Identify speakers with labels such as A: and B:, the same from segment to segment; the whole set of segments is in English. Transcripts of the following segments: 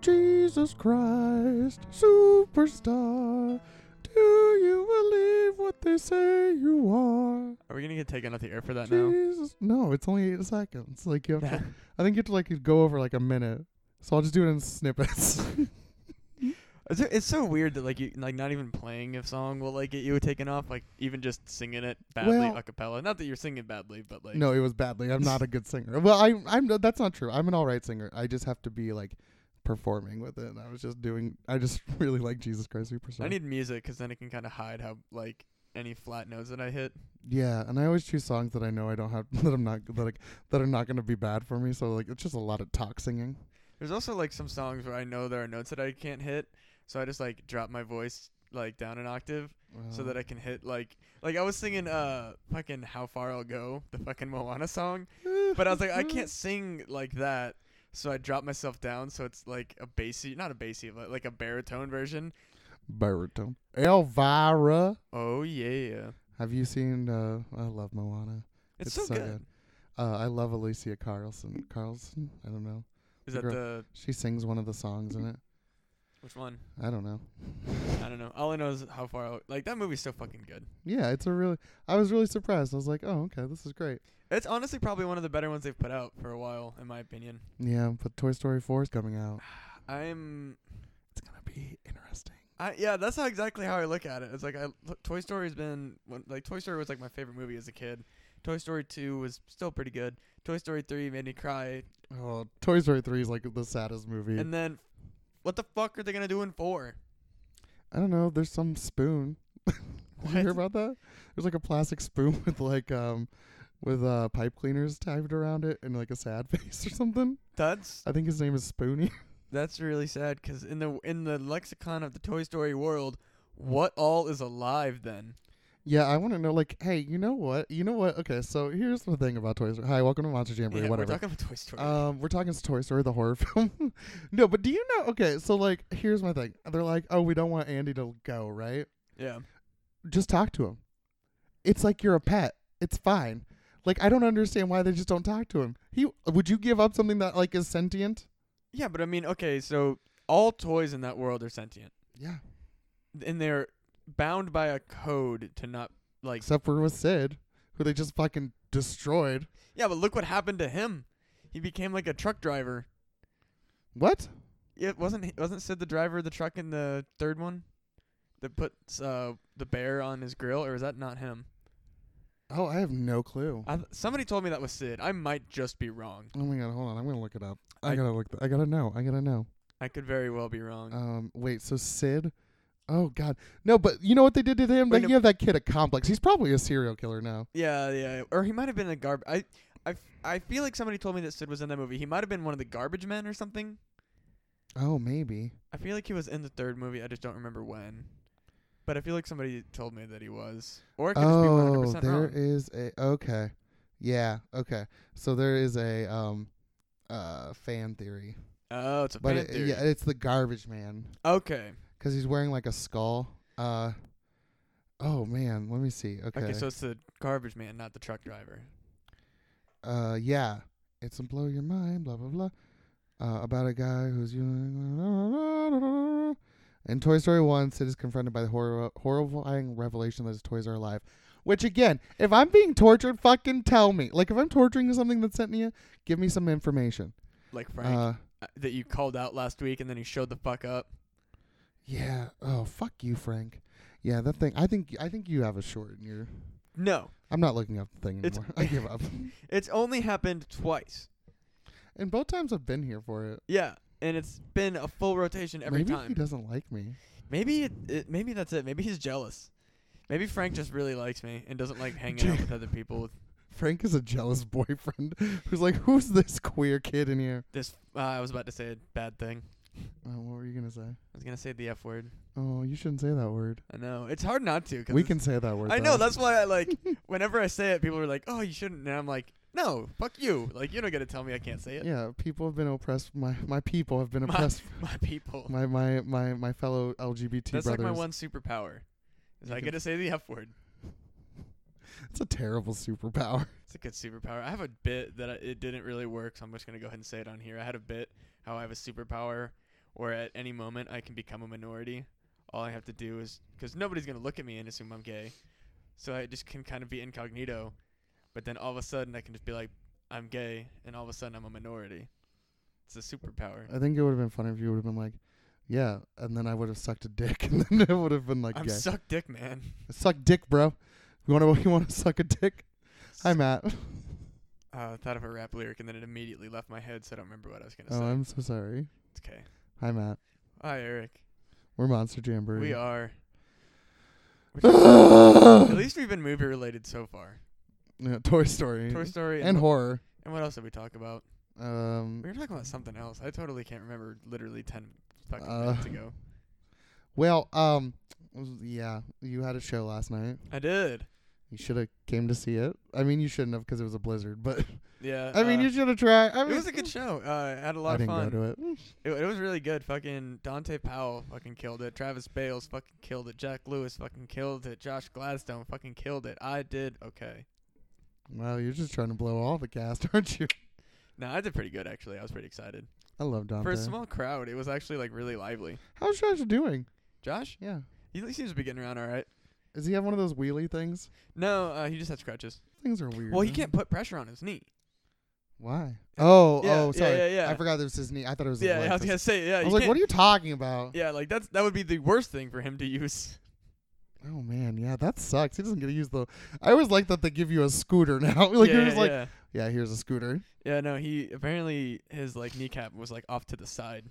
A: Jesus Christ, superstar. Do you believe what they say you are?
B: Are we gonna get taken off the air for that now?
A: Jesus. No, it's only eight seconds. Like you have to, I think you have to like go over like a minute. So I'll just do it in snippets.
B: It's, it's so weird that like you like not even playing a song will like get you taken off. Like even just singing it badly
A: Well-
B: a cappella. Not that you're singing badly, but like
A: no, it was badly. I'm not a good singer. Well, I, I'm. That's not true. I'm an all right singer. I just have to be like performing with it. And I was just doing. I just really like Jesus Christ Superstar.
B: I need music 'cause then it can kind of hide how like any flat notes that I hit.
A: Yeah, and I always choose songs that I know I don't have that I'm not that like that are not going to be bad for me. So like it's just a lot of talk singing.
B: There's also like some songs where I know there are notes that I can't hit, so I just like drop my voice like down an octave
A: Oh.
B: so that I can hit like like I was singing uh fucking how far I'll go the fucking Moana song, but I was like I can't sing like that. So I dropped myself down, so it's like a bassy, not a bassy, but like a baritone version.
A: baritone. Elvira,
B: Oh yeah,
A: have you seen? Uh, I love Moana.
B: it's, so, good.
A: Uh, I love Alicia Carlson. Carlson, I don't know.
B: Is
A: The
B: that
A: girl-
B: the
A: She sings one of the songs in it.
B: which one?
A: I don't know.
B: I don't know. All I know is how far. I'll, like that movie's so fucking good.
A: Yeah, it's a really. I was really surprised. I was like, oh, okay, this is great.
B: It's honestly probably one of the better ones they've put out for a while, in my opinion.
A: Yeah, but Toy Story 4 is coming out.
B: I'm,
A: It's gonna be interesting.
B: I yeah, that's how exactly how I look at it. It's like I look- Toy Story's been one- like Toy Story was like my favorite movie as a kid. Toy Story two was still pretty good. Toy Story three made me cry,
A: Oh, Toy Story 3 is like the saddest movie.
B: and then what the fuck are they gonna do in four?
A: I don't know. There's some spoon. Did you hear
B: What?
A: about that? There's like a plastic spoon with like um with uh pipe cleaners tied around it and like a sad face or something.
B: That's
A: I think his name is Spoony.
B: that's really sad because in the in the lexicon of the Toy Story world, what all is alive then?
A: yeah, I want to know. Like, hey, you know what? You know what? Okay, so here's the thing about Toy Story. Hi, welcome to Monster Jamboree.
B: Yeah, we're
A: whatever.
B: talking about Toy Story.
A: um, we're talking Toy Story, the horror film. no, but do you know? Okay, so like, here's my thing. They're like, oh, we don't want Andy to go, right?
B: yeah,
A: just talk to him. It's like you're a pet. It's fine. Like I don't understand why they just don't talk to him. He would you give up something that like is sentient?
B: yeah, but I mean, okay, so all toys in that world are sentient.
A: Yeah.
B: and they're bound by a code to not like
A: Except for with Sid, who they just fucking destroyed.
B: yeah but look what happened to him he became like a truck driver
A: What?
B: it wasn't he- wasn't sid the driver of the truck in the third one that puts uh the bear on his grill or is that not him
A: Oh, I have no clue.
B: I, th- somebody told me that was sid i might just be wrong
A: Oh my god, hold on. I'm gonna look it up. I,
B: I-
A: gotta look. Th- I gotta know. I gotta know.
B: i could very well be wrong
A: Um, wait. So Sid. Oh god. No, but you know what they did to him?
B: Wait,
A: They
B: no-
A: gave that kid a complex. He's probably a serial killer now.
B: yeah yeah or he might have been a garb i I, f- I feel like somebody told me that Sid was in that movie. He might have been one of the garbage men or something.
A: Oh, maybe.
B: I feel like he was in the third movie. I just don't remember when. But I feel like somebody told me that he was. Or it could
A: Oh,
B: just be 100%
A: there
B: wrong.
A: is a okay, yeah, okay. So there is a um, uh, fan theory,
B: oh, it's a
A: but
B: fan
A: it,
B: theory.
A: yeah, it's the garbage man
B: okay.
A: 'cause he's wearing like a skull. Uh, oh man, let me see. Okay,
B: okay. so it's the garbage man, not the truck driver.
A: uh, yeah, it's a blow your mind, blah blah blah, uh, about a guy who's in Toy Story One. Sid is confronted by the horror, horrifying revelation that his toys are alive. Which again, if I'm being tortured, fucking tell me. Like if I'm torturing something that's sent to you, give me some information.
B: Like Frank,
A: Uh,
B: uh, that you called out last week and then he showed the fuck up.
A: yeah. Oh fuck you, Frank. Yeah, that thing. I think I think you have a short in your.
B: No.
A: I'm not looking up the thing
B: It's-
A: anymore. I give up.
B: It's only happened twice.
A: And both times I've been here for it.
B: Yeah. And it's been a full rotation every
A: Maybe he
B: time.
A: doesn't like me.
B: Maybe it, it maybe that's it. Maybe he's jealous. Maybe Frank just really likes me and doesn't like hanging out with other people.
A: Frank is a jealous boyfriend who's like, "Who's this queer kid in here?"
B: This uh, I was about to say a bad thing.
A: Uh, what were you gonna say?
B: I was gonna say the F word.
A: Oh, you shouldn't say that word.
B: I know it's hard not to. 'cause
A: We
B: it's-
A: can say that word.
B: I know
A: though.
B: that's why I like. whenever I say it, people are like, "Oh, you shouldn't," and I'm like, "No, fuck you! Like you don't get to tell me I can't say it."
A: Yeah, people have been oppressed. My my people have been
B: My-
A: oppressed.
B: My people.
A: My my my my fellow LGBT
B: that's
A: brothers.
B: like my one superpower. Is
A: You
B: I
A: can-
B: get to say the F word.
A: It's a terrible superpower.
B: It's a good superpower. I have a bit that I, it didn't really work, so I'm just gonna go ahead and say it on here. I had a bit how I have a superpower where at any moment I can become a minority. All I have to do is because nobody's gonna look at me and assume I'm gay, so I just can kind of be incognito. But then all of a sudden I can just be like, I'm gay, and all of a sudden I'm a minority. It's a superpower.
A: I think it would have been funny if you would have been like, yeah, and then I would have sucked a dick, and then it would have been like,
B: I'm
A: gay.
B: suck dick, man.
A: suck dick, bro. You want to you want to suck a dick? Hi, Matt.
B: Uh, I thought of a rap lyric and then it immediately left my head, so I don't remember what I was gonna
A: Oh,
B: say.
A: I'm so sorry.
B: It's okay.
A: Hi, Matt.
B: Hi, Eric.
A: We're Monster Jamboree.
B: We are. At
A: are.
B: least we've been movie related so far.
A: yeah, Toy Story.
B: Toy Story
A: and
B: and,
A: horror.
B: and what else did we talk about?
A: Um,
B: We were talking about something else. I totally can't remember. Literally ten fucking
A: Uh,
B: minutes ago.
A: well, um, yeah, you had a show last night.
B: I did.
A: You should have came to see it. I mean, you shouldn't have because it was a blizzard. But
B: Yeah.
A: I mean,
B: uh,
A: you should have tried. I mean,
B: it was a good show. Uh, I had a
A: I
B: lot of
A: didn't
B: fun.
A: go to it.
B: It, it was really good. Fucking Dante Powell fucking killed it. Travis Bales fucking killed it. Jack Lewis fucking killed it. Josh Gladstone fucking killed it. I did okay.
A: Wow, you're just trying to blow all the cast, aren't you?
B: No, I did pretty good actually. I was pretty excited.
A: I love Dante.
B: For a small crowd, it was actually like really lively.
A: How's Josh doing?
B: Josh,
A: Yeah.
B: he he seems to be getting around all right.
A: Does he have one of those wheelie things?
B: No, uh, he just has crutches.
A: Things are weird.
B: Well, he
A: huh?
B: can't put pressure on his knee.
A: Why? Oh,
B: Yeah,
A: oh,
B: yeah,
A: sorry.
B: yeah, yeah.
A: I forgot there was his knee. I thought it was. His
B: Yeah,
A: leg.
B: I was gonna say yeah.
A: I
B: you
A: was like,
B: can't-
A: what are you talking about?
B: Yeah, like that's that would be the worst thing for him to use.
A: Oh man, yeah, that sucks. He doesn't get to use the. I always like that they give you a scooter now. like
B: yeah,
A: you're just like,
B: yeah.
A: yeah, here's a scooter.
B: Yeah, no, he apparently his like kneecap was like off to the side.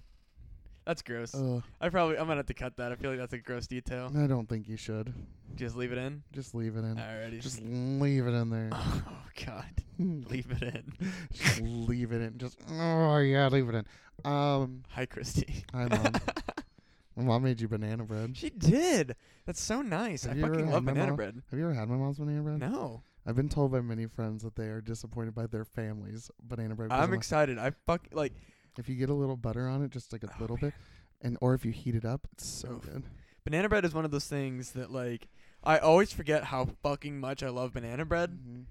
B: That's gross.
A: Ugh,
B: I probably I'm gonna have to cut that. I feel like that's a gross detail.
A: Uh, I don't think you should.
B: Just leave it in.
A: Just leave it in.
B: Alrighty.
A: Just leave it in there.
B: oh god, leave it in.
A: Just leave it in. Just oh yeah, leave it in. Um,
B: Hi, Christy.
A: hi mom. my mom made you banana bread.
B: She did. That's so nice.
A: Have
B: I
A: you ever
B: fucking
A: had
B: love
A: my
B: banana
A: mom-
B: bread.
A: Have you ever had my mom's banana bread?
B: No,
A: I've been told by many friends that they are disappointed by their family's banana bread. because
B: I'm
A: I'm like,
B: excited. I fuck like
A: if you get a little butter on it, just like a
B: Oh,
A: little bit, and or if you heat it up, it's so
B: Oof.
A: good.
B: banana bread is one of those things that like I always forget how fucking much I love banana bread.
A: Mhm.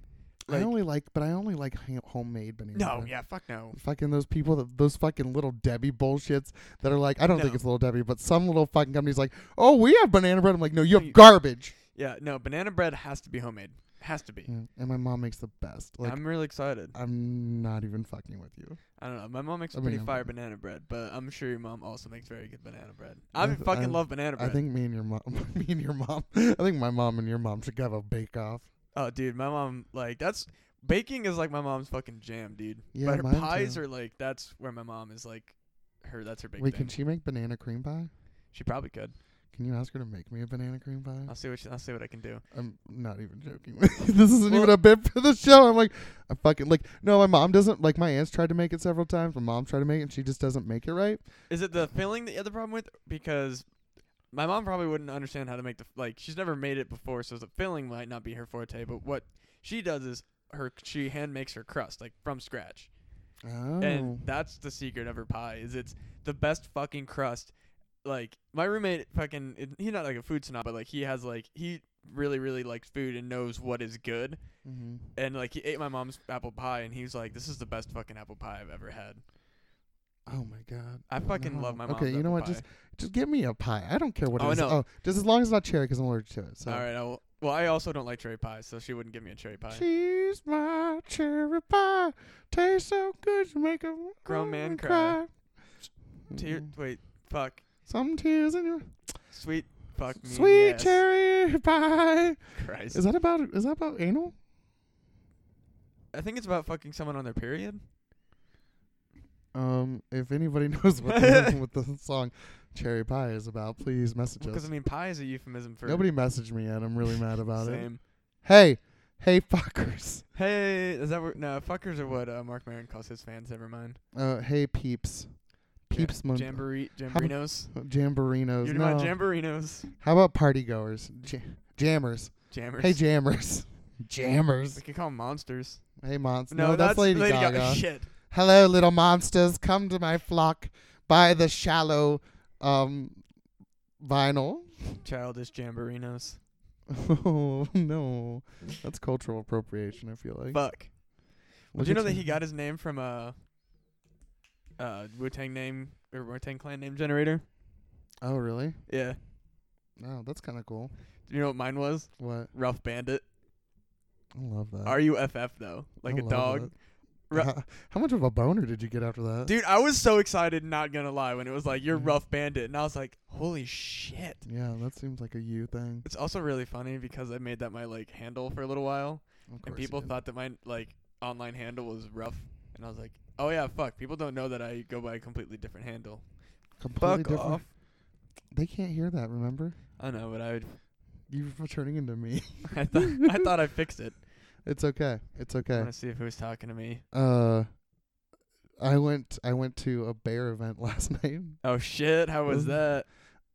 B: Like-
A: I only like, but I only like ha- homemade banana.
B: No,
A: bread.
B: yeah, fuck no.
A: Fucking those people that those fucking little Debbie bullshits that are like, I don't think
B: No.
A: it's little Debbie, but some little fucking company's like, oh, we have banana bread. I'm like, no, you
B: No,
A: have
B: you-
A: garbage.
B: Yeah, no, banana bread has to be homemade. Has to be.
A: Yeah, And my mom makes the best. Mm, Like, I'm,
B: I'm really excited.
A: not even fucking with you.
B: I don't know. My mom makes
A: I
B: pretty
A: mean,
B: fire banana bread, but I'm sure your mom also makes very good banana bread.
A: I
B: I
A: th-
B: fucking
A: I-
B: love banana bread.
A: I think me and your mom, me and your mom, I think my mom and your mom should have a bake off.
B: oh, dude, my mom like that's baking is like my mom's fucking jam, dude.
A: Yeah,
B: but her
A: mine
B: pies
A: too.
B: are like that's where my mom is like her that's her big
A: Wait,
B: thing.
A: can she make banana cream pie?
B: She probably could.
A: Can you ask her to make me a banana cream pie?
B: I'll see what she, I'll see what I can do.
A: I'm not even joking. this isn't even
B: Well-
A: a bit for the show. I'm like, I fucking like. No, my mom doesn't like. My aunt's tried to make it several times. My mom tried to make it, and she just doesn't make it right.
B: Is it the filling that you have the problem with? Because my mom probably wouldn't understand how to make the like she's never made it before, so the filling might not be her forte. But what she does is her she hand makes her crust like from scratch.
A: Oh,
B: and that's the secret of her pie is it's the best fucking crust like my roommate fucking it- he's not like a food snob but like he has like he really really likes food and knows what is good
A: hmm
B: and like he ate my mom's apple pie and he was like this is the best fucking apple pie i've ever had
A: oh my god,
B: i fucking love
A: No.
B: my mom's
A: Okay, you know what?
B: apple pie.
A: Just just get me a pie. I don't care what
B: Oh,
A: it is.
B: no.
A: Oh, just as long as it's not cherry, because I'm allergic to it. So.
B: all right I will, well i also don't like cherry pie so she wouldn't give me a cherry pie
A: She's my cherry pie. Tastes so good, you make a
B: Grown man
A: woman
B: cry. Tear,
A: Mm.
B: wait fuck
A: Some tears in your
B: sweet fuck me
A: sweet
B: yes.
A: cherry pie.
B: christ
A: Is that about? Is that about anal?
B: i think it's about fucking someone on their period
A: Um, if anybody knows what the, what the song "Cherry Pie" is about, please message
B: because
A: us.
B: i mean pie is a euphemism for
A: Nobody messaged me yet. I'm really mad about it.
B: same
A: Hey, hey, fuckers.
B: Hey, is that what? No, fuckers are what uh, Mark Maron calls his fans. Never mind.
A: Uh, hey, peeps.
B: Ja-
A: Peeps, mon-
B: jamboree,
A: How-
B: jamborinos.
A: jamborinos.
B: You know
A: no.
B: about jamborinos?
A: How about party goers? Ja- jammers.
B: Jammers.
A: Hey, jammers. Jammers.
B: We can call 'em monsters.
A: Hey, monsters. No, that's, Lady, Gaga.
B: Shit.
A: Hello, little monsters. Come to my flock by the shallow, um, vinyl.
B: Childish jamborinos.
A: Oh no, that's cultural appropriation. I feel like.
B: Fuck.
A: Look
B: Did you
A: at
B: know that he got his name from uh uh, Wu Tang name or Wu Tang Clan name generator.
A: Oh, really?
B: Yeah.
A: Oh, that's kind of cool.
B: You know what mine was?
A: What?
B: Rough Bandit.
A: I love that.
B: R U F F though, like
A: I
B: a
A: love
B: dog.
A: it.
B: Ru-
A: how, how much of a boner did you get after that?
B: Dude, I was so excited, not gonna lie, when it was like you're
A: Mhm.
B: Rough Bandit, and I was like, holy shit.
A: Yeah, that seems like a you thing.
B: It's also really funny because I made that my like handle for a little while,
A: Of
B: and
A: course you
B: people
A: did.
B: thought that my like online handle was rough, and I was like, oh yeah, fuck. People don't know that I go by a completely different handle.
A: completely
B: fuck
A: different.
B: off.
A: They can't hear that. Remember,
B: I know, but I would,
A: you're turning into me.
B: I thought I thought I fixed it.
A: It's okay. It's
B: I
A: okay.
B: want to see if who's talking to me.
A: Uh, I went. I went to a bear event last night.
B: Oh shit, how was
A: Mhm.
B: that?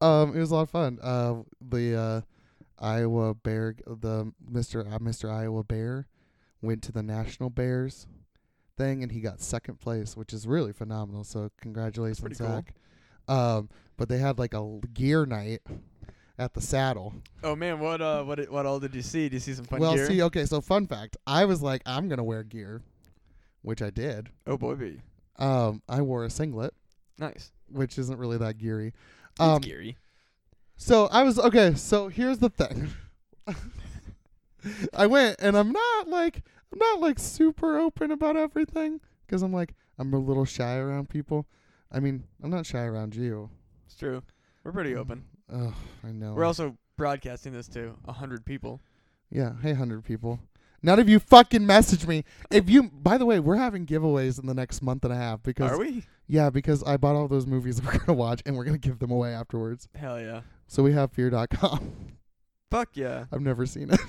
A: Um, it was a lot of fun. Uh, the uh, Iowa Bear, the Mister uh, Mister Iowa Bear, went to the National Bears thing, and he got second place, which is really phenomenal. So congratulations,
B: pretty cool.
A: Zach. Um, but they had like a l- gear night at the saddle.
B: Oh man, what uh, what what all did you see? Did you see some fun
A: well,
B: gear?
A: see, okay, so fun fact: I was like, I'm gonna wear gear, which I did.
B: oh boy, be
A: Um, I wore a singlet,
B: nice.
A: which isn't really that geary.
B: That's
A: Um,
B: geary.
A: So I was okay. So here's the thing. I went and I'm not like I'm not like super open about everything because I'm like I'm a little shy around people. I mean I'm not shy around you.
B: It's true. We're pretty open.
A: Oh, I know.
B: We're also broadcasting this to a hundred people.
A: yeah. Hey, hundred people. None of you fucking message me. If you, by the way, we're having giveaways in the next month and a half because
B: Are we?
A: yeah, because I bought all those movies we're gonna watch and we're gonna give them away afterwards.
B: Hell yeah.
A: So we have Fear.com.
B: Fuck yeah.
A: I've never seen it.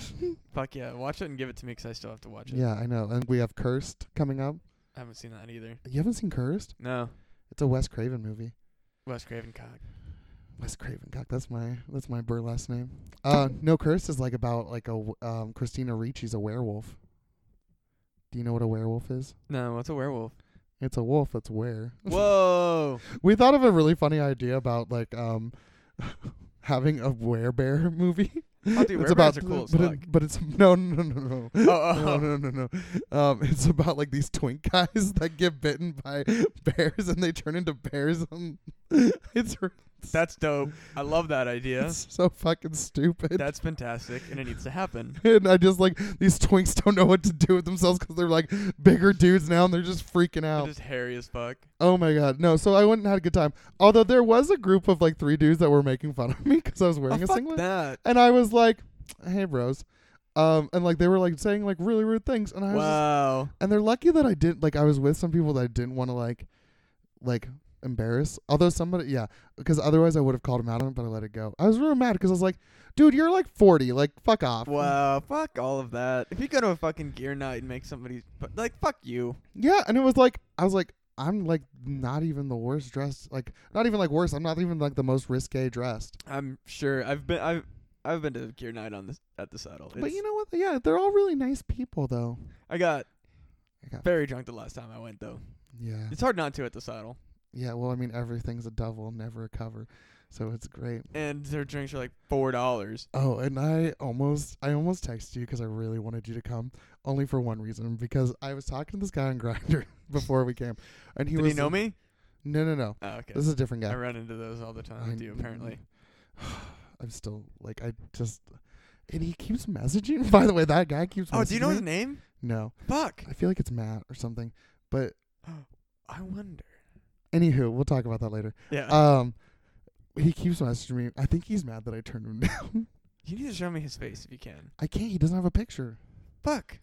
B: Fuck yeah. Watch it and give it to me 'cause I still have to watch it.
A: yeah, I know. And we have Cursed coming up.
B: I haven't seen that either.
A: You haven't seen Cursed?
B: No.
A: It's a Wes Craven movie.
B: Wes Craven cock.
A: Wes Craven, cock. That's my that's my bird last name. Uh, no, Cursed is like about like a w- um, Christina Ricci's a werewolf. Do you know what a werewolf is?
B: No, what's a werewolf?
A: It's a wolf that's were.
B: Whoa.
A: we thought of a really funny idea about like um having a bear movie.
B: Oh, dude,
A: it's
B: werebears
A: about
B: are cool as
A: but,
B: fuck.
A: it, but it's no no no no no.
B: oh.
A: no no no no. Um, it's about like these twink guys that get bitten by bears and they turn into bears. On it's re-
B: That's dope. I love that idea.
A: it's so fucking stupid.
B: That's fantastic, and it needs to happen.
A: and I just like these twinks don't know what to do with themselves because they're like bigger dudes now and they're just freaking
B: They're
A: out.
B: just hairy as fuck.
A: oh my god, no! So I went and had a good time. Although there was a group of like three dudes that were making fun of me because I was
B: Oh,
A: wearing a
B: fuck
A: singlet.
B: that.
A: and I was like, "Hey, bros," um, and like they were like saying like really rude things, and I was, just,
B: Wow.
A: and they're lucky that I didn't like I was with some people that I didn't want to like, like embarrass. Although somebody, yeah, because otherwise I would have called him out on it, but I let it go. I was really mad because I was like, "Dude, you're like 40, like fuck off."
B: Wow. Fuck all of that. If you go to a fucking gear night and make somebody fu- like fuck you.
A: Yeah, and it was like I was like. I'm like not even the worst dressed, like not even like worst. I'm not even like the most risque dressed.
B: I'm sure. I've been. I've. I've been to gear night on this at the saddle.
A: but
B: It's-
A: you know what? Yeah, they're all really nice people though.
B: I got
A: I got-
B: very drunk the last time I went though.
A: Yeah.
B: It's hard not to at the saddle.
A: Yeah, well, I mean, everything's a double, never a cover, so it's great.
B: And their drinks are like four dollars.
A: Oh, and I almost, I almost texted you because I really wanted you to come, only for one reason because I was talking to this guy on Grinder before we came, and he
B: Did
A: was.
B: he know me?
A: No, no, no.
B: Oh, okay.
A: This is a different
B: I
A: guy.
B: run into those all the time
A: I-
B: with you apparently.
A: I'm still like, I just, and he keeps messaging. By the way, that guy keeps.
B: Oh, do you
A: messaging
B: know
A: me.
B: his name?
A: No,
B: Fuck.
A: I feel like it's Matt or something. But
B: I wonder.
A: anywho, we'll talk about that later.
B: Yeah.
A: Um, he keeps messaging me. I think he's mad that I turned him down.
B: you need to show me his face if you can.
A: I can't. He doesn't have a picture.
B: Fuck.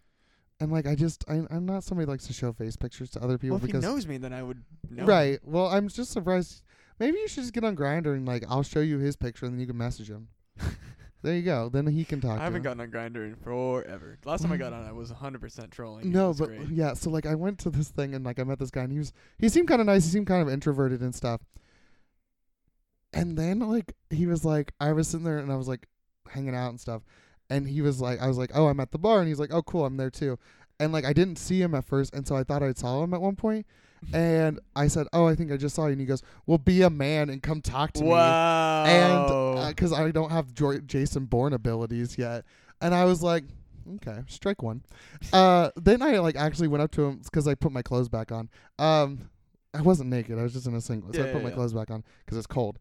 A: And like I just I, I'm not somebody that likes to show face pictures to other people
B: well, if he
A: because
B: knows me, then I would know. him.
A: right. Well, I'm just surprised. Maybe you should just get on Grinder and like I'll show you his picture and then you can message him. there you go. Then he can talk.
B: I
A: to
B: haven't
A: you.
B: gotten on Grinder in forever. Last time I got on, I was 100% trolling. and it
A: No,
B: was
A: but
B: great.
A: yeah. So like I went to this thing and like I met this guy and he was he seemed kind of nice. He seemed kind of introverted and stuff. And then like he was like I was sitting there and I was like hanging out and stuff, and he was like I was like oh I'm at the bar and he's like oh cool I'm there too, and like I didn't see him at first and so I thought I saw him at one point, and I said oh I think I just saw you and he goes well be a man and come talk to me
B: wow.
A: and because I don't have jo- Jason Bourne abilities yet, and I was like, okay, strike one. Uh, then I like actually went up to him because I put my clothes back on. Um, I wasn't naked. I was just in a singlet. So
B: Yeah,
A: I put
B: yeah,
A: my
B: yeah.
A: clothes back on because it's cold.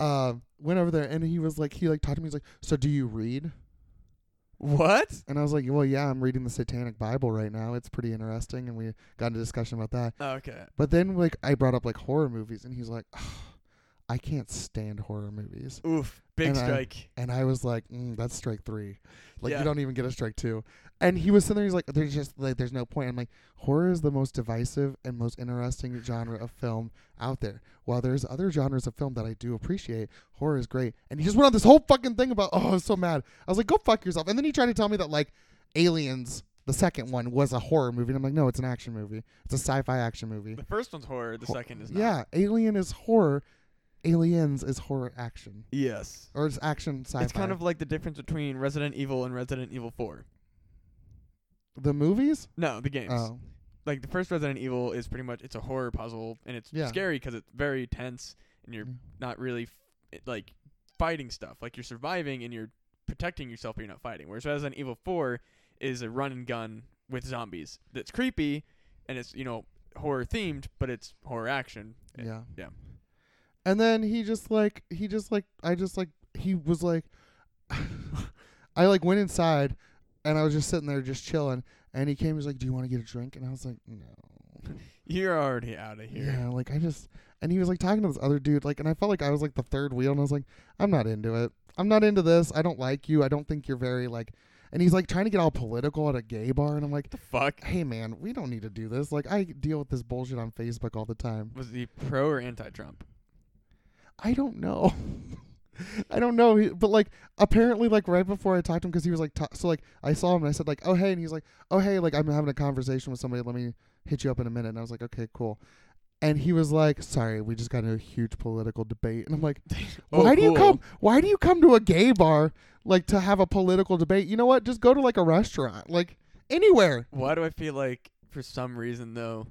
A: Uh, went over there and he was like, he like talked to me. He's like, so do you read?
B: What?
A: And I was like, well, yeah, I'm reading the Satanic Bible right now. It's pretty interesting. And we got into discussion about that.
B: Oh, okay.
A: But then like I brought up like horror movies and he's like, "Ugh, I can't stand horror movies.
B: Oof. Big
A: And I-
B: strike.
A: And I was like, mm, that's strike three. Like
B: Yeah.
A: you don't even get a strike two. And he was sitting there. He's like, there's just like there's no point. I'm like, horror is the most divisive and most interesting genre of film out there. While there's other genres of film that I do appreciate, horror is great. And he just went on this whole fucking thing about, oh, I was so mad. I was like, go fuck yourself. And then he tried to tell me that like, Aliens, the second one, was a horror movie. And I'm like, no, it's an action movie. It's a sci-fi action movie.
B: The first one's horror. The
A: Hor-
B: second is not.
A: Yeah, Alien is horror. Aliens is horror action,
B: Yes.
A: or it's action sci-fi.
B: It's kind of like the difference between Resident Evil and Resident Evil 4.
A: the movies.
B: No, the games.
A: Oh,
B: Like the first Resident Evil is pretty much it's a horror puzzle and it's
A: Yeah.
B: scary because it's very tense and you're
A: Mm.
B: not really f- it- like fighting stuff. Like you're surviving and you're protecting yourself, but you're not fighting. Whereas Resident Evil 4 is a run and gun with zombies. That's creepy and it's you know horror themed, but it's horror action. Eh,
A: yeah,
B: yeah.
A: And then he just like he just like I just like he was like, I like went inside, and I was just sitting there just chilling. And he came. He was like, "Do you want to get a drink?" And I was like, "No."
B: You're already out of here.
A: Yeah, like I just and he was like talking to this other dude, like, and I felt like I was like the third wheel, and I was like, I'm not into it. I'm not into this. I don't like you. I don't think you're very like. And he's like trying to get all political at a gay bar, and I'm like,
B: The fuck
A: hey man, we don't need to do this. Like I deal with this bullshit on Facebook all the time.
B: was he pro or anti-Trump?
A: I don't know. I don't know, He- but like apparently, like right before I talked to him, because he was like, ta so like I saw him and I said like, oh hey, and he's like, oh hey, like I'm having a conversation with somebody. Let me hit you up in a minute. And I was like, okay, cool. And he was like, sorry, we just got into a huge political debate. And I'm like,
B: Oh,
A: why do you
B: cool.
A: come? Why do you come to a gay bar like to have a political debate? You know what? Just go to like a restaurant, like anywhere.
B: Why do I feel like for some reason though,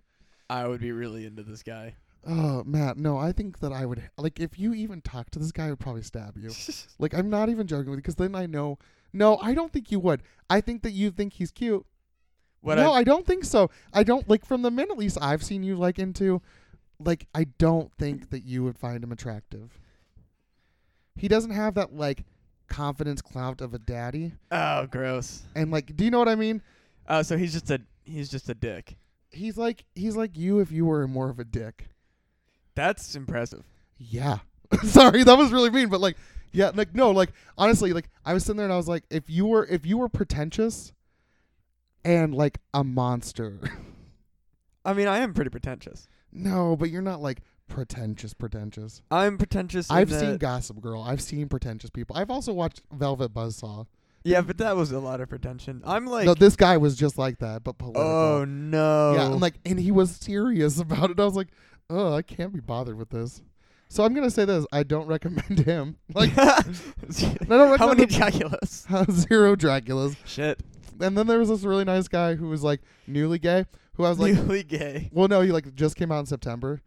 B: I would be really into this guy?
A: Oh, Matt, no, I think that I would like if you even talk to this guy, I would probably stab you. Like I'm not even joking with you because then I know. No, I don't think you would. I think that you think he's cute.
B: what
A: no,
B: I,
A: I, don't think so. I don't like from the men at least I've seen you like into. Like I don't think that you would find him attractive. He doesn't have that like confidence clout of a daddy,
B: oh, gross.
A: and like, do you know what I mean?
B: Oh, so he's just a he's just a dick.
A: He's like he's like you if you were more of a dick.
B: That's impressive.
A: Yeah. Sorry, that was really mean, but like, yeah, like no, like honestly, like I was sitting there and I was like, if you were if you were pretentious and like a monster.
B: I mean, I am pretty pretentious.
A: no, but you're not like pretentious pretentious.
B: I'm pretentious. in
A: I've seen
B: that-
A: Gossip Girl. I've seen pretentious people. I've also watched Velvet Buzzsaw.
B: yeah, but that was a lot of pretension. I'm like,
A: no, this guy was just like that, but political.
B: oh no.
A: Yeah, and like, and he was serious about it. I was like, oh, I can't be bothered with this. So I'm gonna say this: I don't recommend him. Like, I don't recommend
B: how many
A: the-
B: calculus?
A: zero Draculas.
B: Shit.
A: And then there was this really nice guy who was like newly gay, who I was like,
B: newly gay.
A: well, no, he like just came out in September,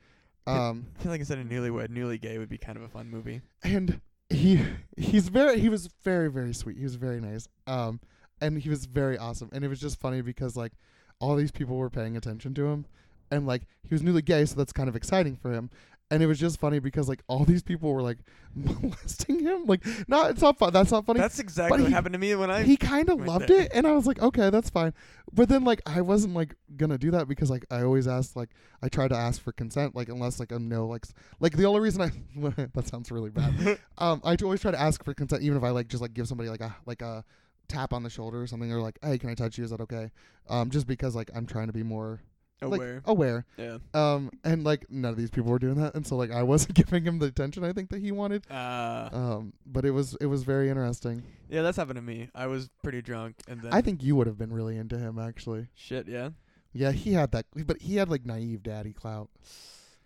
A: um,
B: I feel like instead of newlywed, newly gay would be kind of a fun movie.
A: and he he's very he was very very sweet. He was very nice, um, and he was very awesome. And it was just funny because like all these people were paying attention to him, and like he was newly gay, so that's kind of exciting for him. And it was just funny because like all these people were like molesting him. Like, no, it's not fun. That's not funny.
B: That's exactly
A: he-
B: what happened to me when I.
A: he kind of
B: right
A: loved
B: there.
A: it and i was like okay that's fine but then like i wasn't like gonna do that because like i always ask like i try to ask for consent like unless like i'm no like s- like the only reason i that sounds really bad um i always try to ask for consent even if i like just like give somebody like a like a tap on the shoulder or something or like hey can i touch you is that okay um just because like i'm trying to be more like, oh.
B: aware.
A: aware
B: yeah.
A: um and like none of these people were doing that and so like i wasn't giving him the attention i think that he wanted
B: Uh,
A: um but it was it was very interesting
B: yeah, that's happened to me. I was pretty drunk, and then
A: i think you would have been really into him actually
B: shit. Yeah.
A: Yeah, he had that, but he had like naive daddy clout.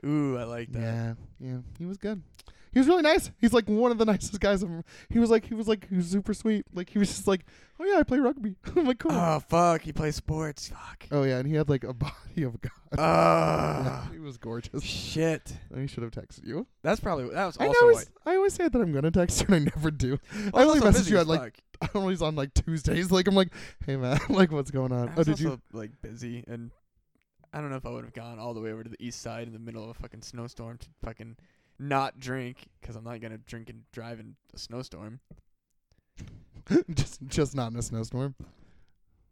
B: Ooh, I like that.
A: Yeah, yeah, he was good. He was really nice. He's like one of the nicest guys. I've ever. He was like, he was like, he was super sweet. Like he was just like, oh yeah, I play rugby. I'm like, cool.
B: Oh fuck, he plays sports. Fuck.
A: oh yeah, and he had like a body of God.
B: Ah.
A: Yeah, he was gorgeous.
B: Shit.
A: I should have texted you.
B: That's probably that was
A: I
B: also
A: always,
B: like
A: I always say that I'm gonna text you, and I never do.
B: I
A: I only
B: was also
A: messaged
B: busy
A: you
B: as
A: at, like,
B: fuck.
A: I'm always on like Tuesdays. Like I'm like, hey man, like what's going on?
B: I
A: Oh,
B: was
A: did you?
B: also, like busy and I don't know if I would have gone all the way over to the east side in the middle of a fucking snowstorm to fucking not drink because I'm not gonna drink and drive in a snowstorm.
A: just just not in a snowstorm.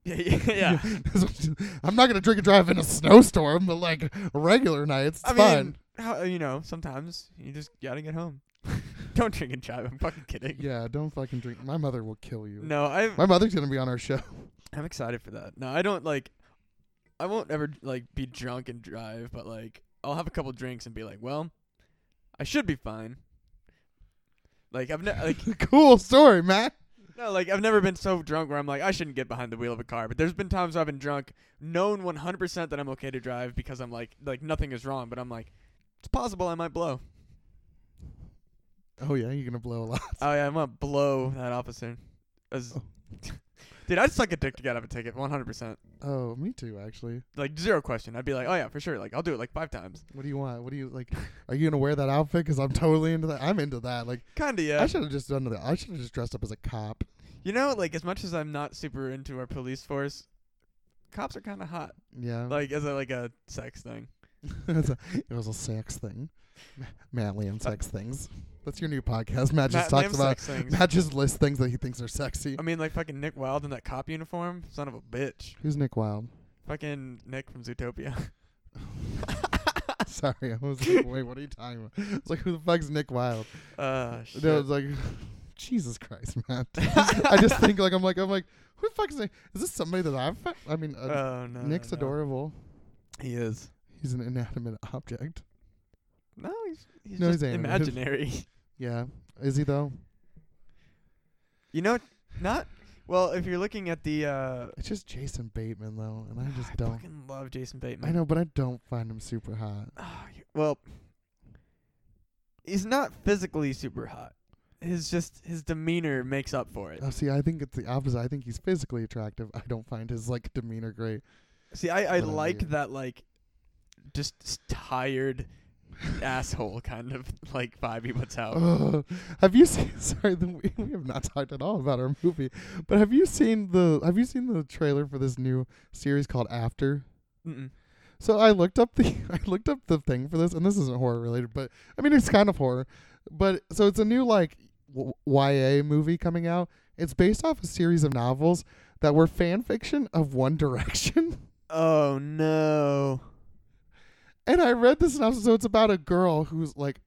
B: Yeah, yeah, yeah.
A: That's what- I'm not gonna drink and drive in a snowstorm, but like regular nights, it's
B: I
A: fine.
B: mean, how, uh, you know, sometimes you just gotta get home. don't drink and drive. I'm fucking kidding.
A: yeah, don't fucking drink. My mother will kill you.
B: No, I
A: My mother's gonna be on our show.
B: I'm excited for that. No, I don't like. I won't ever like be drunk and drive, but like I'll have a couple drinks and be like, well, I should be fine. Like I've never like
A: cool story, Matt.
B: no like I've never been so drunk where I'm like I shouldn't get behind the wheel of a car. But there's been times where I've been drunk, known 100% that I'm okay to drive because I'm like like nothing is wrong, but I'm like it's possible I might blow.
A: Oh yeah, you're gonna blow a lot.
B: Oh yeah, I'm gonna blow that officer. As-
A: Oh.
B: Dude, I'd suck a dick to get out of a ticket, 100%.
A: Oh, me too, actually.
B: Like zero question. I'd be like, oh yeah, for sure. Like I'll do it like five times.
A: What do you want? What do you like? Are you gonna wear that outfit? Because I'm totally into that. I'm into that. Like,
B: Kinda yeah.
A: I should have just done that. I should have just dressed up as a cop.
B: You know, like as much as I'm not super into our police force, cops are kind of hot.
A: Yeah,
B: Like as a like a sex thing.
A: It's a- it was a sex thing. Ma- Matt Liam sex things. That's your new podcast. Matt just
B: Uh
A: talks
B: Matt Lamb
A: about.
B: sex things.
A: Matt just lists things that he thinks are sexy.
B: I mean, like fucking Nick Wilde in that cop uniform, son of a bitch.
A: Who's Nick Wilde?
B: Fucking Nick from Zootopia.
A: Sorry, I was like, wait, what are you talking about? It's like, who the fuck's Nick Wilde?
B: Uh,
A: And
B: shit.
A: I was like, Jesus Christ, Matt. I just think like I'm like I'm like, who the fuck is it? Is this somebody that I've? fu- I mean, uh,
B: oh no,
A: Nick's
B: no, no.
A: adorable.
B: He is.
A: He's an inanimate object.
B: No, he's he's
A: No,
B: just
A: he's animated.
B: imaginary.
A: Yeah, is he though?
B: you know, not well. If you're looking at the, uh,
A: It's just Jason Bateman though, and I just
B: Ah, I
A: don't.
B: fucking love Jason Bateman.
A: I know, but I don't find him super hot.
B: Ah, you- well, he's not physically super hot. His just his demeanor makes up for it.
A: Oh, see, I think it's the opposite. I think he's physically attractive. I don't find his like demeanor great.
B: See, I I
A: But I
B: like
A: mean-
B: that like just s- tired asshole kind of like vibe he puts out.
A: Ugh. have you seen? Sorry, the, we, we have not talked at all about our movie, but have you seen the? Have you seen the trailer for this new series called After?
B: Mm-mm.
A: So I looked up the I looked up the thing for this, and this isn't horror related, but I mean it's kind of horror. But so it's a new like w- YA movie coming out. It's based off a series of novels that were fan fiction of One Direction.
B: Oh no.
A: And I read this synopsis. So it's about a girl who's like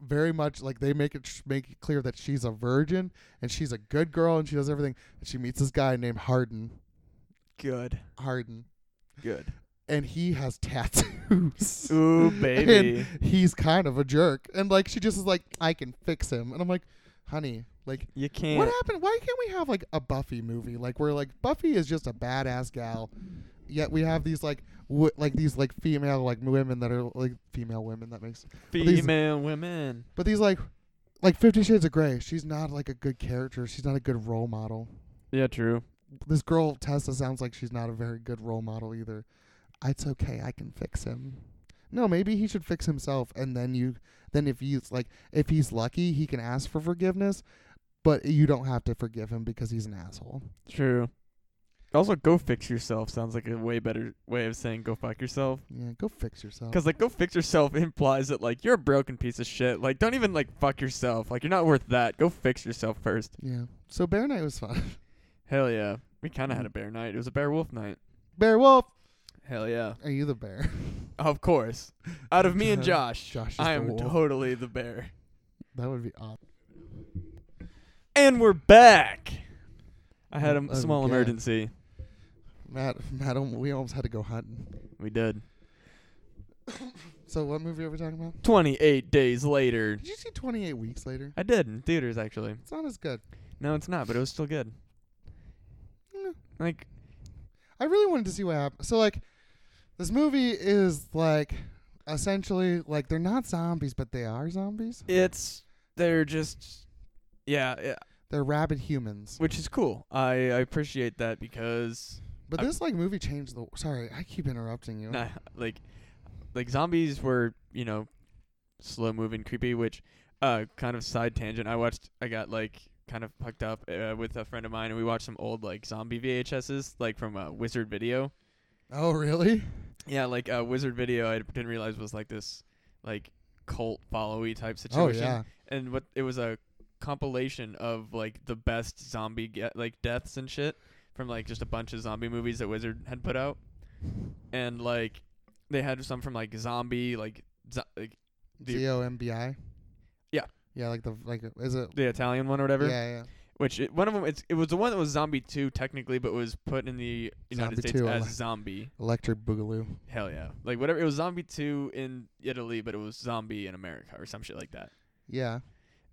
A: very much like they make it make it clear that she's a virgin and she's a good girl and she does everything. And she meets this guy named Harden.
B: Good.
A: Harden.
B: Good.
A: And he has tattoos.
B: Ooh
A: And
B: baby.
A: he's kind of a jerk. And like she just is like, I can fix him. And I'm like, honey, like
B: you can't.
A: what happened? Why can't we have like a Buffy movie? Like where like Buffy is just a badass gal, yet we have these like w- like these like female like women that are like female women that makes these-
B: Female women.
A: but these like like Fifty Shades of Grey. She's not like a good character. She's not a good role model.
B: Yeah, true.
A: This girl Tessa sounds like she's not a very good role model either. It's okay. I can fix him. No, maybe he should fix himself, and then you, then if he's like, if he's lucky, he can ask for forgiveness, but you don't have to forgive him because he's an asshole.
B: True. Also, go fix yourself sounds like a way better way of saying go fuck yourself.
A: Yeah, go fix yourself.
B: Because like go fix yourself implies that like you're a broken piece of shit. Like don't even like fuck yourself. Like you're not worth that. Go fix yourself first.
A: Yeah. So Bear Night was fun.
B: Hell yeah. We kind of had a bear night. It was a bear wolf night.
A: Bear Wolf,
B: Hell yeah.
A: are you the bear?
B: Of course. Out of me and Josh,
A: Josh is
B: I
A: the
B: am
A: wolf.
B: totally the bear.
A: That would be odd.
B: And we're back. I had a m-
A: Oh,
B: small
A: God.
B: emergency.
A: Matt, Matt, um, we almost had to go hunting.
B: We did.
A: So what movie are we talking about?
B: 28 days later.
A: Did you see 28 Weeks Later?
B: I did in theaters actually.
A: It's not as good.
B: No, it's not, but it was still good.
A: Mm.
B: Like
A: I really wanted to see what happened. So like, this movie is like, essentially like they're not zombies, but they are zombies.
B: it's they're just yeah, yeah,
A: They're rabid humans.
B: which is cool. I, I appreciate that because
A: But
B: I-
A: this like movie changed the. Sorry, I keep interrupting you.
B: nah, like like zombies were you know slow moving creepy which uh kind of side tangent i watched i got like kind of hooked up uh, with a friend of mine and we watched some old like zombie vhs's like from uh, wizard video
A: Oh really?
B: Yeah, like uh, Wizard Video, I didn't realize was like this, like cult followy type
A: Oh
B: situation.
A: yeah.
B: And what it was a compilation of like the best zombie ge- like deaths and shit from like just a bunch of zombie movies that Wizard had put out, and like they had some from like zombie like, zo- like The-
A: Z O M B I.
B: Yeah.
A: Yeah, like the like is it?
B: the Italian one or whatever.
A: Yeah, yeah.
B: Which it, one of them? It's it was the one that was Zombie Two technically, but was put in the
A: Zombie
B: United States
A: 2, I
B: as
A: like-
B: Zombie.
A: Electric Boogaloo.
B: Hell yeah! Like whatever. It was Zombie Two in Italy, but it was Zombie in America or some shit like that.
A: Yeah.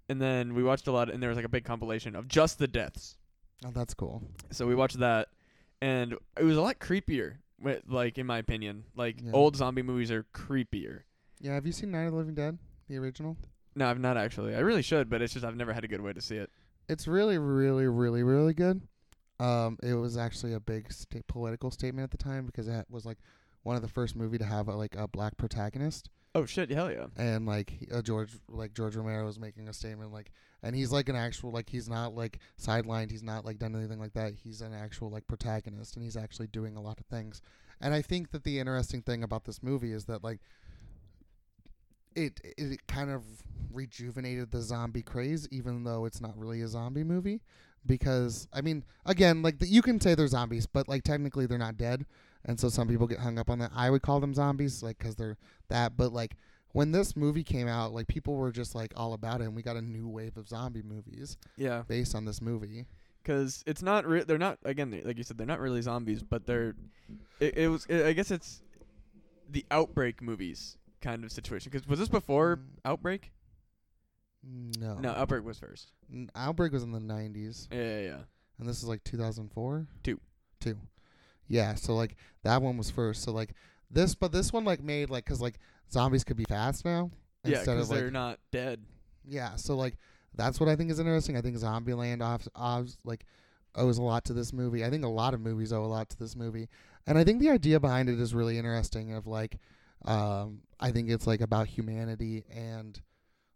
B: And then we watched a lot, and there was like a big compilation of just the deaths.
A: Oh, that's cool.
B: So we watched that, and it was a lot creepier. wi- Like in my opinion, like
A: Yeah.
B: old zombie movies are creepier.
A: Yeah. Have you seen Night of the Living Dead, the original?
B: No, I've not actually. I really should, but it's just I've never had a good way to see it.
A: It's really, really, really, really good. Um, it was actually a big sta- political statement at the time because it was like one of the first movie to have a, like a black protagonist,
B: Oh shit! Hell yeah!
A: and like he- uh, George, like George Romero was making a statement, like, and he's like an actual, like he's not like sidelined, he's not like done anything like that. He's an actual like protagonist, and he's actually doing a lot of things. And I think that the interesting thing about this movie is that like it it kind of rejuvenated the zombie craze, even though it's not really a zombie movie. Because I mean, again, like the, you can say they're zombies, but like technically they're not dead, and so some people get hung up on that. I would call them zombies, like because they're that. But like when this movie came out, like people were just like all about it, and we got a new wave of zombie movies
B: Yeah,
A: based on this movie.
B: because it's not. Re- they're not again. they- Like you said, they're not really zombies, but they're. It, it was. I guess it's the outbreak movies kind of situation. Because was this before
A: Mm,
B: outbreak?
A: no,
B: No, outbreak was first.
A: N- Outbreak was in the '90s.
B: Yeah, yeah, yeah.
A: and this is like 2004
B: Two.
A: two yeah so like that one was first so like this but this one like made like because like zombies could be fast now
B: Yeah,
A: instead
B: because
A: of like
B: they're not dead.
A: yeah so like that's what i think is interesting i think zombieland off, off like owes a lot to this movie i think a lot of movies owe a lot to this movie and i think the idea behind it is really interesting of like um i think it's like about humanity and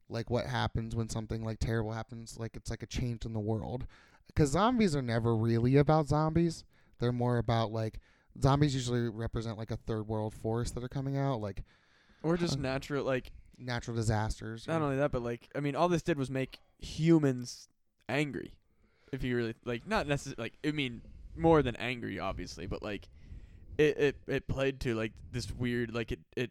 A: like what happens when something like terrible happens like it's like a change in the world because zombies are never really about zombies they're more about like zombies usually represent like a third world force that are coming out like
B: Or just
A: Huh.
B: natural, like
A: natural disasters or-
B: not only that, but like I mean, all this did was make humans angry. If you really like, not necessarily like I mean, more than angry, obviously, but like it it it played to like this weird like it it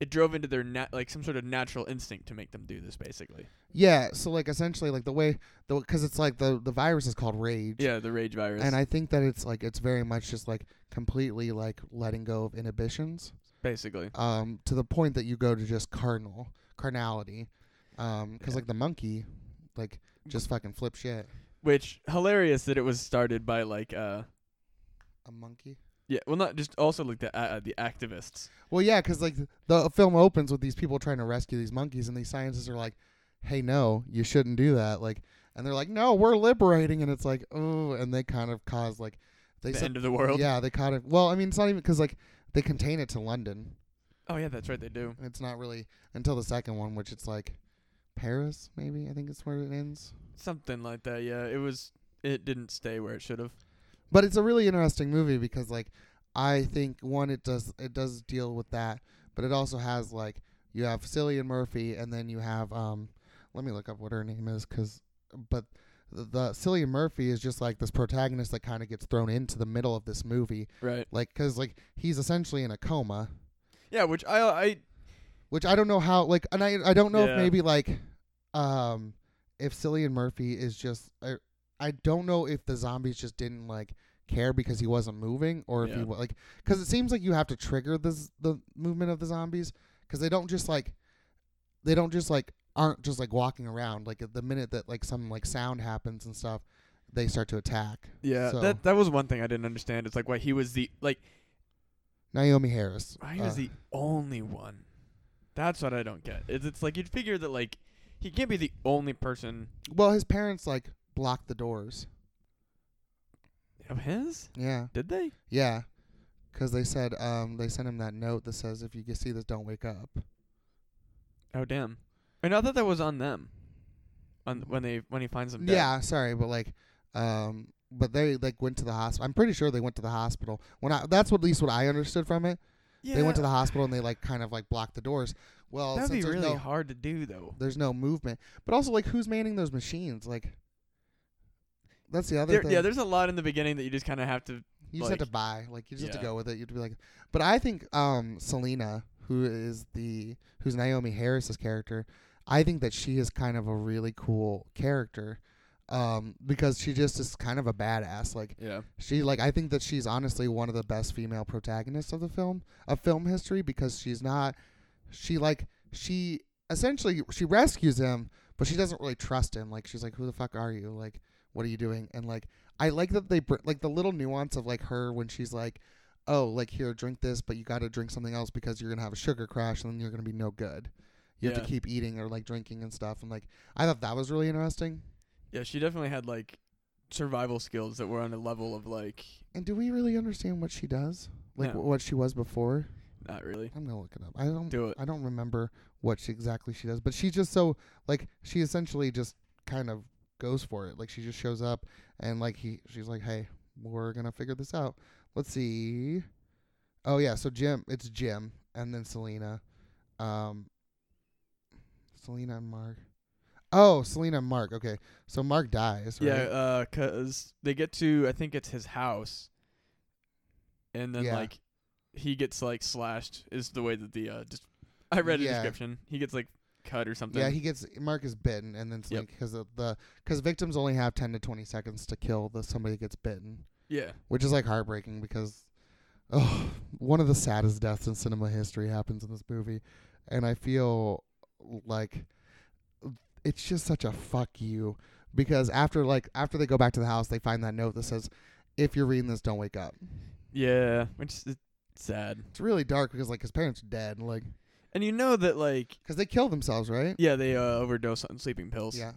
B: it drove into their nat like some sort of natural instinct to make them do this basically.
A: Yeah, so like essentially like the way the because it's like the the virus is called rage.
B: Yeah, the rage virus.
A: And I think that it's like it's very much just like completely like letting go of inhibitions,
B: basically.
A: um, to the point that you go to just carnal carnality, um, because
B: Yeah.
A: like the monkey, like just fucking flip shit.
B: Which hilarious that it was started by like uh
A: A monkey.
B: yeah well not just also like the uh, uh, the activists.
A: Well, yeah, because like the film opens with these people trying to rescue these monkeys, and these scientists are like, "Hey, no, you shouldn't do that." Like, and they're like, "No, we're liberating," and it's like, "Oh," and they kind of cause like they
B: the
A: said
B: end of the world.
A: Yeah, they caught it. Well, I mean, it's not even because like they contain it to London.
B: Oh yeah, that's right. They do.
A: It's not really until the second one, which it's like Paris, maybe. I think it's where it ends.
B: Something like that. Yeah, it was. It didn't stay where it should have.
A: But it's a really interesting movie because like I think one, it does it does deal with that, but it also has like you have Cillian Murphy, and then you have um, let me look up what her name is, cause but the, the Cillian Murphy is just like this protagonist that kind of gets thrown into the middle of this movie,
B: Right.
A: like cause like he's essentially in a coma.
B: Yeah, which I I
A: which I don't know how like and I I don't know
B: Yeah.
A: if maybe like um if Cillian Murphy is just I, I don't know if the zombies just didn't like care because he wasn't moving or if he
B: Yeah.
A: wa- like cuz it seems like you have to trigger this the movement of the zombies cuz they don't just like they don't just like aren't just like walking around like at the minute that like some like sound happens and stuff they start to attack.
B: yeah
A: So,
B: that that was one thing I didn't understand. It's like why he was the like
A: Naomi Harris.
B: why he was
A: uh,
B: the only one. That's what I don't get. It's, it's like you'd figure that like he can't be the only person
A: well, his parents like blocked the doors.
B: of his.
A: Yeah.
B: Did they?
A: Yeah, because they said um, they sent him that note that says if you can see this, don't wake up.
B: Oh damn! And I thought that was on them. On when they when he finds them. Dead.
A: Yeah, sorry, but like, um, but they like went to the hospital. I'm pretty sure they went to the hospital. When I that's what, at least what I understood from it.
B: Yeah,
A: They went to the hospital and they like kind of like blocked the doors. Well,
B: That'd be
A: since there's
B: really
A: no,
B: hard to do though.
A: there's no movement. But also like who's manning those machines? Like that's the other
B: There,
A: thing.
B: yeah, there's a lot in the beginning that you just kind of have to.
A: you just have
B: like-
A: to buy. Like you just have
B: Yeah.
A: to go with it. You have to be like But I think um Selena, who is the who's Naomi Harris's character, I think that she is kind of a really cool character. Um, because she just is kind of a badass. Like
B: Yeah.
A: She like I think that she's honestly one of the best female protagonists of the film of film history because she's not she like she essentially she rescues him but she doesn't really trust him like she's like who the fuck are you like what are you doing and like I like that they br- like the little nuance of like her when she's like oh like here drink this but you got to drink something else because you're going to have a sugar crash and then you're going to be no good. You have
B: Yeah.
A: to keep eating or like drinking and stuff and like I thought that was really interesting.
B: Yeah, she definitely had like survival skills that were on a level of like
A: And do we really understand what she does? Like
B: No.
A: wh- what she was before?
B: not really.
A: I'm gonna look it up. I don't.
B: Do it.
A: I don't remember what she, exactly she does, but she's just so like she essentially just kind of goes for it. Like she just shows up and like he, she's like, hey, we're gonna figure this out. Let's see. Oh yeah, so Jim, it's Jim, and then Selena, um, Selena and Mark. Oh, Selena and Mark. Okay, so Mark dies. Right?
B: Yeah, uh 'cause they get to I think it's his house, and then
A: Yeah.
B: like he gets like slashed is the way that the uh just I read a
A: Yeah.
B: description. He gets like cut or something.
A: Yeah, he gets Mark is bitten, and then
B: Yep.
A: because of the because victims only have ten to twenty seconds to kill the somebody that gets bitten.
B: yeah.
A: which is like heartbreaking because oh, one of the saddest deaths in cinema history happens in this movie, and I feel like it's just such a fuck you because after like after they go back to the house, they find that note that says, "If you're reading this, don't wake up."
B: Yeah, which is sad.
A: It's really dark because like his parents are dead, and, like
B: And you know that like
A: because they kill themselves, right?
B: yeah, they uh, overdose on sleeping pills.
A: Yeah.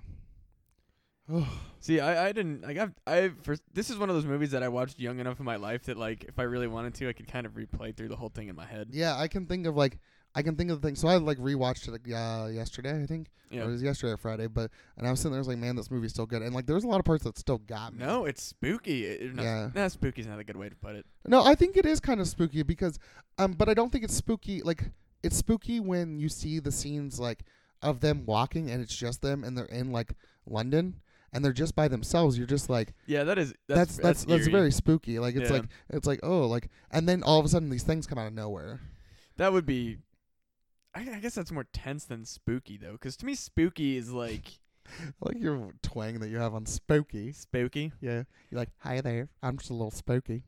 A: Oh,
B: See, I, I didn't like I've I for this is one of those movies that I watched young enough in my life that like if I really wanted to, I could kind of replay through the whole thing in my head.
A: yeah, I can think of like I can think of the things. So I like rewatched it uh, yesterday, I think. Or it
B: Yeah.
A: was yesterday or Friday, but and I was sitting there, I was like, man, this movie's still good. And like, there's a lot of parts that still got me.
B: No, it's spooky. It, it- not,
A: Yeah.
B: nah, spooky's not a good way to put it.
A: no, I think it is kind of spooky because, um, but I don't think it's spooky. Like, it's spooky when you see the scenes like of them walking and it's just them and they're in like London and they're just by themselves. You're just like,
B: Yeah, that is
A: that's that's
B: that's
A: that's,
B: eerie.
A: very spooky. Like, it's
B: Yeah.
A: like it's like oh, like, and then all of a sudden these things come out of nowhere.
B: that would be. I, I guess that's more tense than spooky though, because to me spooky is like
A: I like your twang that you have on spooky.
B: spooky.
A: Yeah, you're like, hi there, I'm just a little spooky.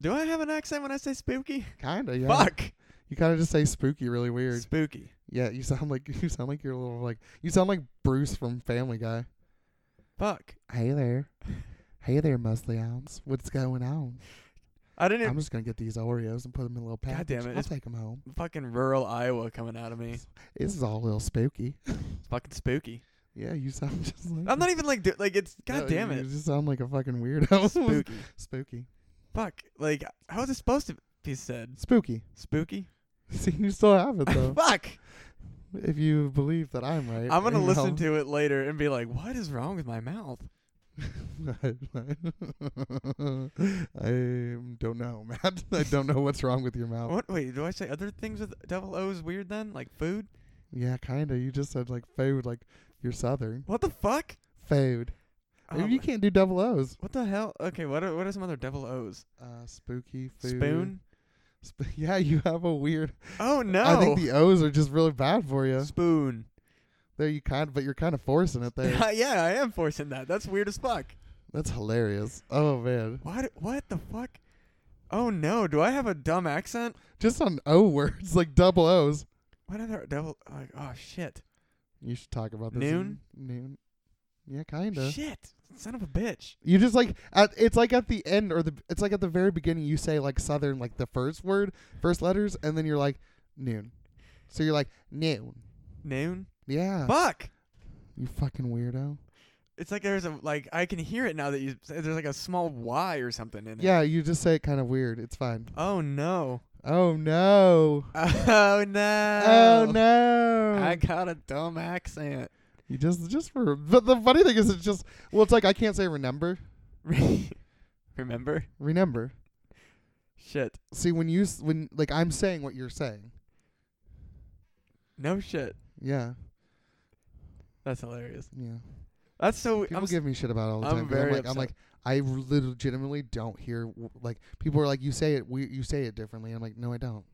B: Do I have an accent when I say spooky?
A: Kinda, yeah.
B: Fuck,
A: You kind of just say spooky really weird.
B: spooky.
A: Yeah, you sound like you sound like you're a little like you sound like Bruce from Family Guy.
B: Fuck.
A: Hey there, hey there, Musly Ounce. What's going on?
B: I didn't
A: I'm just gonna get these Oreos and put them in a little package.
B: God damn it,
A: I'll
B: it's-
A: take them home.
B: fucking rural Iowa coming out of me.
A: This is all a little spooky.
B: It's fucking spooky.
A: yeah, you sound just like
B: I'm not even like do- like it's
A: Mm-hmm. No,
B: god damn
A: you,
B: it.
A: You just sound like a fucking weirdo.
B: Spooky.
A: spooky,
B: Fuck. Like how is it supposed to be said?
A: spooky.
B: Spooky?
A: See, you still have it though.
B: Fuck.
A: if you believe that I'm right,
B: I'm going to
A: you
B: listen
A: know.
B: to it later and be like, "What is wrong with my mouth?"
A: I don't know, Matt. I don't know what's wrong with your mouth.
B: What wait, do I say other things with double O's weird then? Like food?
A: Yeah, kinda. You just said like food, like you're southern.
B: What the fuck?
A: Food. Maybe
B: Um,
A: you can't do double O's.
B: what the hell? Okay, what are what are some other double O's?
A: Uh, spooky food.
B: Spoon?
A: Sp- yeah, you have a weird.
B: Oh no.
A: I think uh, the O's are just really bad for you.
B: Spoon.
A: There you kind, but you're kind of forcing it there.
B: yeah, I am forcing that. That's weird as fuck.
A: That's hilarious. Oh man,
B: What what the fuck? Oh no, do I have a dumb accent?
A: just on O words like double O's.
B: What other double like oh shit.
A: You should talk about this.
B: Noon?
A: in- Noon. Yeah, kinda.
B: Shit. Son of a bitch.
A: You just like at it's like at the end or the it's like at the very beginning you say like southern like the first word first letters and then you're like noon, so you're like noon.
B: Noon?
A: Yeah.
B: Fuck.
A: You fucking weirdo.
B: It's like there's a like I can hear it now that you there's like a small Y or something in it.
A: Yeah, you just say it kind of weird. It's fine.
B: Oh no.
A: Oh no.
B: Oh no.
A: Oh no.
B: I got a dumb accent.
A: you just just for but the funny thing is it's just well it's like I can't say remember.
B: Remember?
A: Remember,
B: Shit.
A: see when you s- when like I'm saying what you're saying.
B: No shit.
A: Yeah,
B: That's hilarious.
A: yeah.
B: That's so.
A: People
B: I'm s-
A: give me shit about it all the
B: I'm
A: time. 'cause I'm,
B: very
A: like, I'm like,
B: upset.
A: I r- legitimately don't hear w- like people are like, you say it, we you say it differently. I'm like, no, I don't.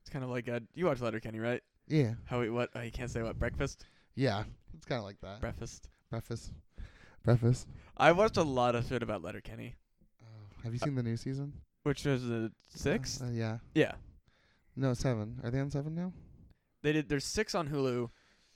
B: it's kind of like uh, you watch Letterkenny, right?
A: Yeah,
B: How we what? I can't say what breakfast.
A: yeah. It's kind of like that.
B: Breakfast.
A: Breakfast, breakfast.
B: I watched a lot of shit about Letterkenny,
A: Oh, have you
B: Uh,
A: seen the new season?
B: which was the sixth.
A: Uh, yeah.
B: Yeah,
A: No, seven. Are they on seven now?
B: they did. There's six on Hulu,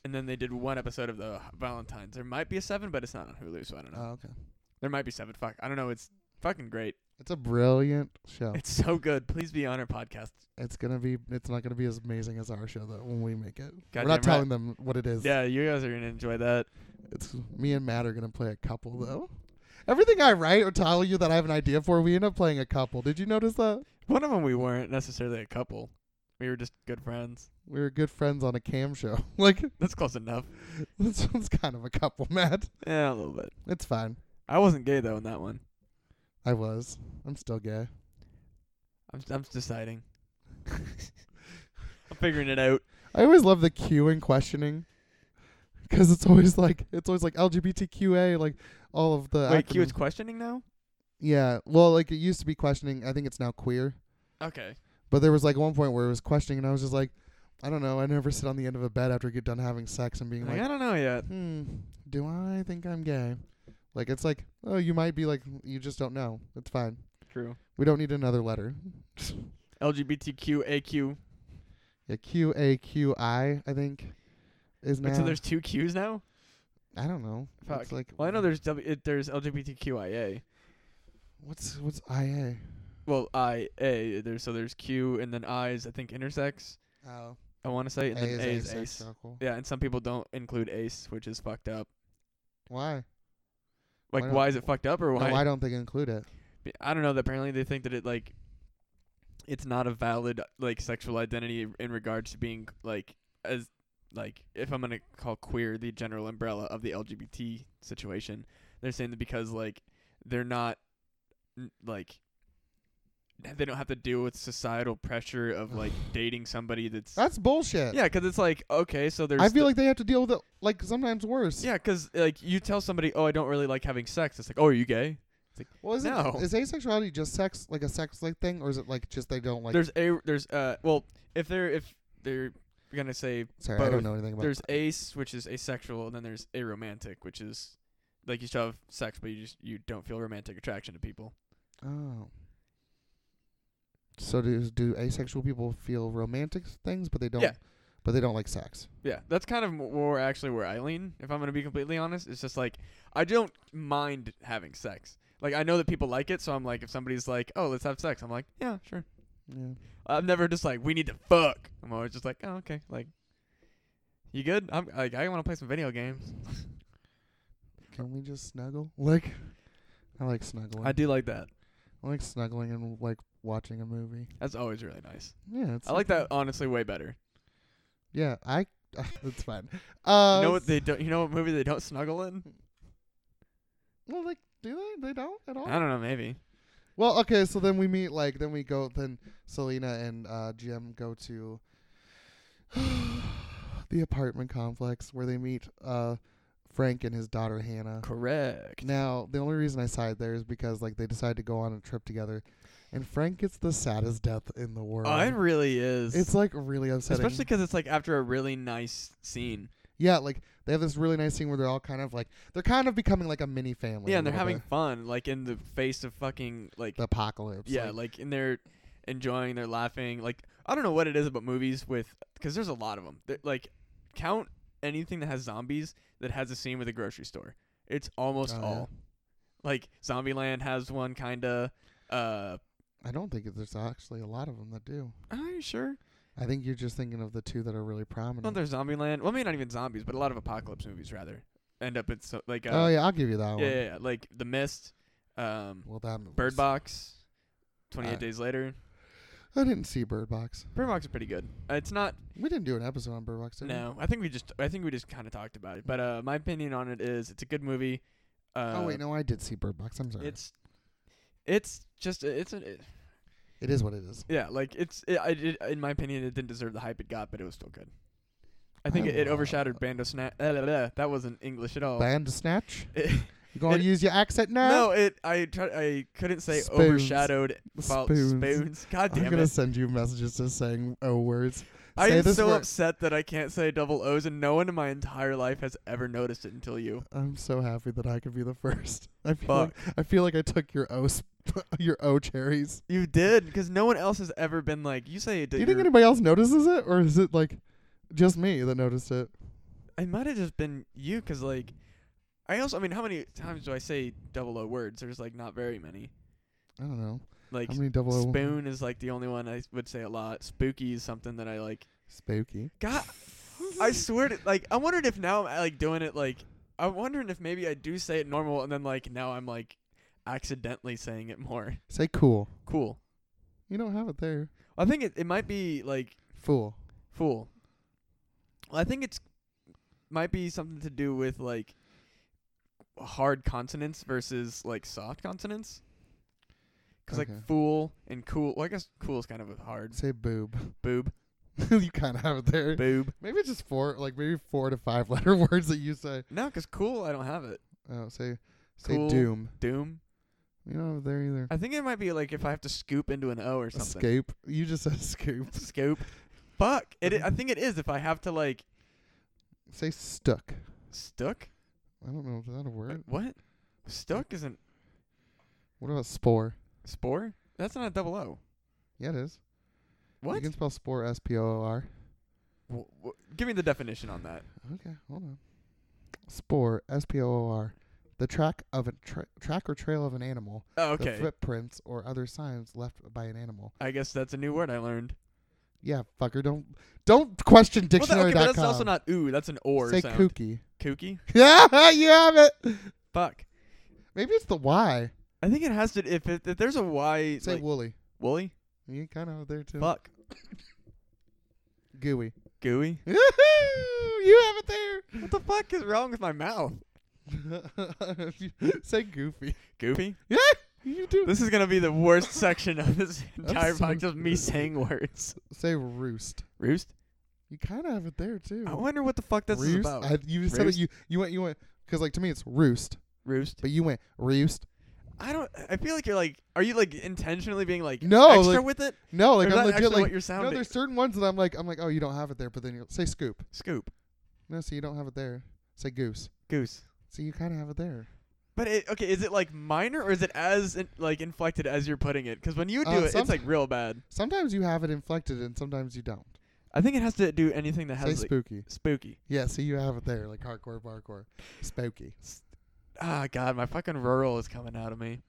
B: and then they did one episode of the Valentines. There might be a seven, but it's not on Hulu, so I don't know.
A: Oh, okay.
B: there might be seven. Fuck, I don't know. It's fucking great.
A: It's a brilliant show.
B: It's so good. Please be on our podcast.
A: It's gonna be. It's not gonna be as amazing as our show though when we make it. We're
B: Goddamn
A: not
B: right.
A: telling them what it is.
B: Yeah, you guys are gonna enjoy that.
A: It's me and Matt are gonna play a couple though. Everything I write or tell you that I have an idea for, we end up playing a couple. Did you notice that?
B: One of them we weren't necessarily a couple. We were just good friends.
A: We were good friends on a cam show. like
B: That's close enough.
A: this one's kind of a couple, Matt.
B: Yeah, a little bit.
A: It's fine.
B: I wasn't gay though in that one.
A: I was. I'm still gay.
B: I'm I'm just deciding. I'm figuring it out.
A: I always love the Q and questioning. Because it's always like it's always like LGBTQA, like all of the
B: Wait, Q is
A: acronyms.
B: questioning now?
A: Yeah. Well, like it used to be questioning. I think it's now queer.
B: Okay.
A: But there was like one point where it was questioning, and I was just like, I don't know. I never sit on the end of a bed after I get done having sex and being
B: Like, I
A: like,
B: don't know yet.
A: hmm, do I think I'm gay? Like it's like, oh, you might be like, you just don't know. It's fine.
B: True.
A: We don't need another letter.
B: LGBTQAQ.
A: Yeah, Q A Q I, I think, is now.
B: Wait, so there's two Qs now?
A: I don't know.
B: Fuck.
A: It's like,
B: Well, I know there's w- it, there's LGBTQIA.
A: What's what's I A?
B: Well, I A there's so there's Q and then I is I think intersex.
A: Oh,
B: I want to say and
A: A
B: then
A: is
B: A is
A: asexual.
B: ace. Yeah, and some people don't include ace, which is fucked up.
A: Why?
B: Like,
A: Why
B: why,
A: don't-
B: is it fucked up or
A: No,
B: why?
A: why don't they include it?
B: B- I don't know. that Apparently, they think that it like it's not a valid like sexual identity in regards to being like as like if I'm gonna call queer the general umbrella of the LGBT situation. They're saying that because like they're not n- like they don't have to deal with societal pressure of like dating somebody that's
A: That's bullshit.
B: yeah, 'cause it's like okay, so there's
A: I feel
B: the-
A: like they have to deal with it like sometimes worse.
B: yeah, 'cause like you tell somebody oh I don't really like having sex. It's like oh are you gay?
A: Well, is
B: No.
A: it, is asexuality just sex, like a sex like thing, or is it like just they don't like?
B: there's a there's uh well if they're if they're gonna say
A: sorry, I
B: both.
A: don't know anything about.
B: there's ace which is asexual and then there's aromantic which is like you still have sex but you just you don't feel romantic attraction to people
A: oh. So do do asexual people feel romantic things, but they don't?
B: Yeah.
A: But they don't like sex.
B: yeah that's kind of m- more actually where i lean if i'm gonna be completely honest it's just like i don't mind having sex like i know that people like it so i'm like if somebody's like oh let's have sex i'm like yeah sure
A: Yeah.
B: i'm never just like we need to fuck i'm always just like oh okay like you good i'm like i want to play some video games
A: Can we just snuggle? Like, I like snuggling.
B: i do like that
A: I like snuggling and like watching a movie.
B: that's always really nice
A: Yeah, it's
B: I like that honestly way better.
A: Yeah, I. that's fine. Uh,
B: you know what they don't? You know what movie they don't snuggle in?
A: Well, like, do they? They don't at all.
B: I don't know. Maybe.
A: Well, okay, so then we meet like then we go then Selena and uh Jim go to the apartment complex where they meet uh Frank and his daughter Hannah.
B: Correct.
A: Now, the only reason I side there is because like they decide to go on a trip together and Frank gets the saddest death in the world.
B: Oh, it really is.
A: it's like really upsetting.
B: especially because it's like after a really nice scene.
A: yeah, like they have this really nice scene where they're all kind of like they're kind of becoming like a mini family.
B: yeah,
A: a
B: and they're
A: little
B: having
A: bit.
B: fun, like in the face of fucking like
A: the apocalypse.
B: yeah,
A: like,
B: like and they're enjoying, they're laughing. Like I don't know what it is about movies with because there's a lot of them. like count anything that has zombies that has a scene with a grocery store. It's almost
A: Oh, yeah.
B: all. Like Zombieland has one kinda. Uh,
A: I don't think there's actually a lot of them that do.
B: are you sure?
A: I think you're just thinking of the two that are really prominent.
B: Not there's Zombieland. Well, maybe not even zombies, but a lot of apocalypse movies rather end up in so like uh,
A: oh yeah, I'll give you that
B: yeah,
A: one.
B: yeah, yeah, like The Mist, um,
A: Well, that movie.
B: Bird Box, Twenty Eight
A: Uh,
B: Days Later.
A: I didn't see Bird Box.
B: Bird Box is pretty good. Uh, it's not.
A: We didn't do an episode on Bird Box. Did
B: No, I think we just I think we just kind of talked about it. But uh, my opinion on it is it's a good movie.
A: We?
B: Uh,
A: oh wait, Oh, no, I did see Bird Box. I'm sorry.
B: It's It's just uh, it's an it,
A: It is what it is.
B: yeah like it's it, I did, in my opinion it didn't deserve the hype it got but it was still good. I think
A: I
B: it, it
A: love-
B: overshadowed Bandersnatch. that wasn't English at all.
A: Bandersnatch.
B: It-
A: You gonna
B: Oh. It-
A: use your accent now?
B: no, it I tried I couldn't say
A: Spoons.
B: overshadowed about
A: Spoons.
B: spoons. God
A: I'm
B: damn
A: gonna
B: it.
A: send you messages just saying oh words.
B: I
A: say
B: am
A: this
B: so
A: word.
B: upset that I can't say double O's and no one in my entire life has ever noticed it until you.
A: I'm so happy that I could be the first. I feel like, I feel like I took your O sp- your O cherries.
B: You did because no one else has ever been like you say.
A: Do
B: That
A: you think
B: you're-
A: anybody else notices it, or is it like just me that noticed it?
B: it might have just been you because like I also I mean how many times do I say double O words? There's like not very many.
A: I don't know.
B: Like
A: How many double O
B: spoon is like the only one I s- would say a lot. Spooky is something that I like.
A: spooky?
B: God, I swear to like I wondered if now I'm uh, like doing it like I'm wondering if maybe I do say it normal and then like now I'm like accidentally saying it more.
A: Say cool.
B: Cool.
A: You don't have it there.
B: I think it it might be like
A: Fool.
B: Fool. Well, I think it's might be something to do with like hard consonants versus like soft consonants. 'Cause
A: Okay.
B: like fool and cool, well, I guess cool is kind of a hard
A: Say boob.
B: boob,
A: you kind of have it there.
B: boob.
A: Maybe it's just four, like maybe four to five letter words that you say.
B: No, 'cause cool, I don't have it.
A: Oh, say say
B: Cool.
A: doom.
B: Doom.
A: You don't have it there either.
B: I think it might be like if I have to scoop into an O or something.
A: Escape. You just said scoop. Mm-hmm.
B: Scoop. Fuck. It. I I think it is if I have to like
A: Say stuck.
B: stuck.
A: I don't know. Is that a word?
B: What? Stuck isn't
A: What about spore?
B: spore. That's not a double O.
A: Yeah, it is.
B: What?
A: You can spell spore S P O O R.
B: W- w- give me the definition on that.
A: Okay, hold on. Spore S P O O R. The track of a tra- track or trail of an animal.
B: Oh,
A: the
B: okay.
A: footprints or other signs left by an animal.
B: I guess that's a new word I learned.
A: Yeah, fucker. Don't don't question
B: Well, that-
A: dictionary.com.
B: okay, but that's also not ooh. That's an or
A: Say
B: sound.
A: kooky.
B: Kooky.
A: Yeah, you have it.
B: Fuck.
A: Maybe it's the Y.
B: I think it has to. If it, if there's a y,
A: Say
B: like,
A: woolly.
B: woolly.
A: You kind of there too.
B: Fuck.
A: Gooey.
B: Gooey.
A: you have it
B: What the fuck is wrong with my mouth?
A: there. Say goofy.
B: Goofy.
A: You do.
B: This is gonna be the worst section of this entire
A: so-
B: podcast of me saying words.
A: Say roost.
B: Roost.
A: You kind of have it there too.
B: I wonder what the fuck this
A: roost.
B: is about.
A: I, you said it.
B: Roost?
A: You you went you went because like to me it's roost,
B: roost.
A: but you went roost.
B: I don't. I feel like you're like. Are you like intentionally being like
A: No,
B: extra
A: like-
B: with it?
A: No,
B: Or
A: like
B: is
A: I'm
B: that
A: legit
B: actually what
A: like
B: you're
A: no.
B: sounding?
A: There's certain ones that I'm like I'm like oh you don't have it there, but then you say scoop.
B: Scoop.
A: No, so you don't have it there. Say goose.
B: Goose.
A: So you kind of have it there.
B: But it, okay, is it like minor or is it as in, like inflected as you're putting it? Because when you do
A: Uh,
B: it,
A: some-
B: it's like real bad.
A: Sometimes you have it inflected and sometimes you don't.
B: I think it has to do anything that
A: Say
B: has like
A: spooky.
B: spooky.
A: Yeah, so you have it there like hardcore, hardcore, spooky.
B: Ah, God, my fucking rural is coming out of me.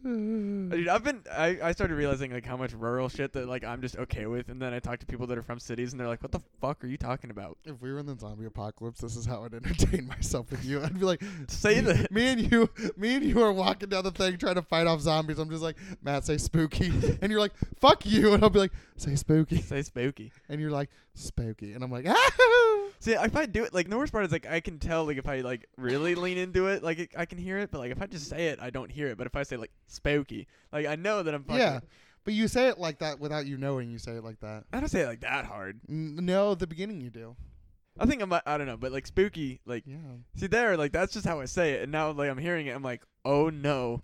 B: Dude, I've been I, I started realizing like how much rural shit that like I'm just okay with, and then I talk to people that are from cities, and they're like, "What the fuck are you talking about?"
A: if we were in the zombie apocalypse, this is how I'd entertain myself with you. I'd be like,
B: Say
A: me,
B: that.
A: Me and you, me and you are walking down the thing trying to fight off zombies. I'm just like, Matt, say spooky, and you're like, fuck you, and I'll be like, say spooky,
B: Say spooky.
A: and you're like, spooky, and I'm like, ah.
B: See, if I do it, like the worst part is like I can tell like if I like really lean into it, like it, I can hear it, but like if I just say it, I don't hear it. But if I say like spooky, like I know that I'm fucking.
A: Yeah, but you say it like that without you knowing. You say it like that.
B: I don't say it like that hard.
A: N- no, at the beginning you do.
B: I think I'm I don't know, but like spooky, like
A: Yeah.
B: see there, like that's just how I say it, and now like I'm hearing it, I'm like, oh no,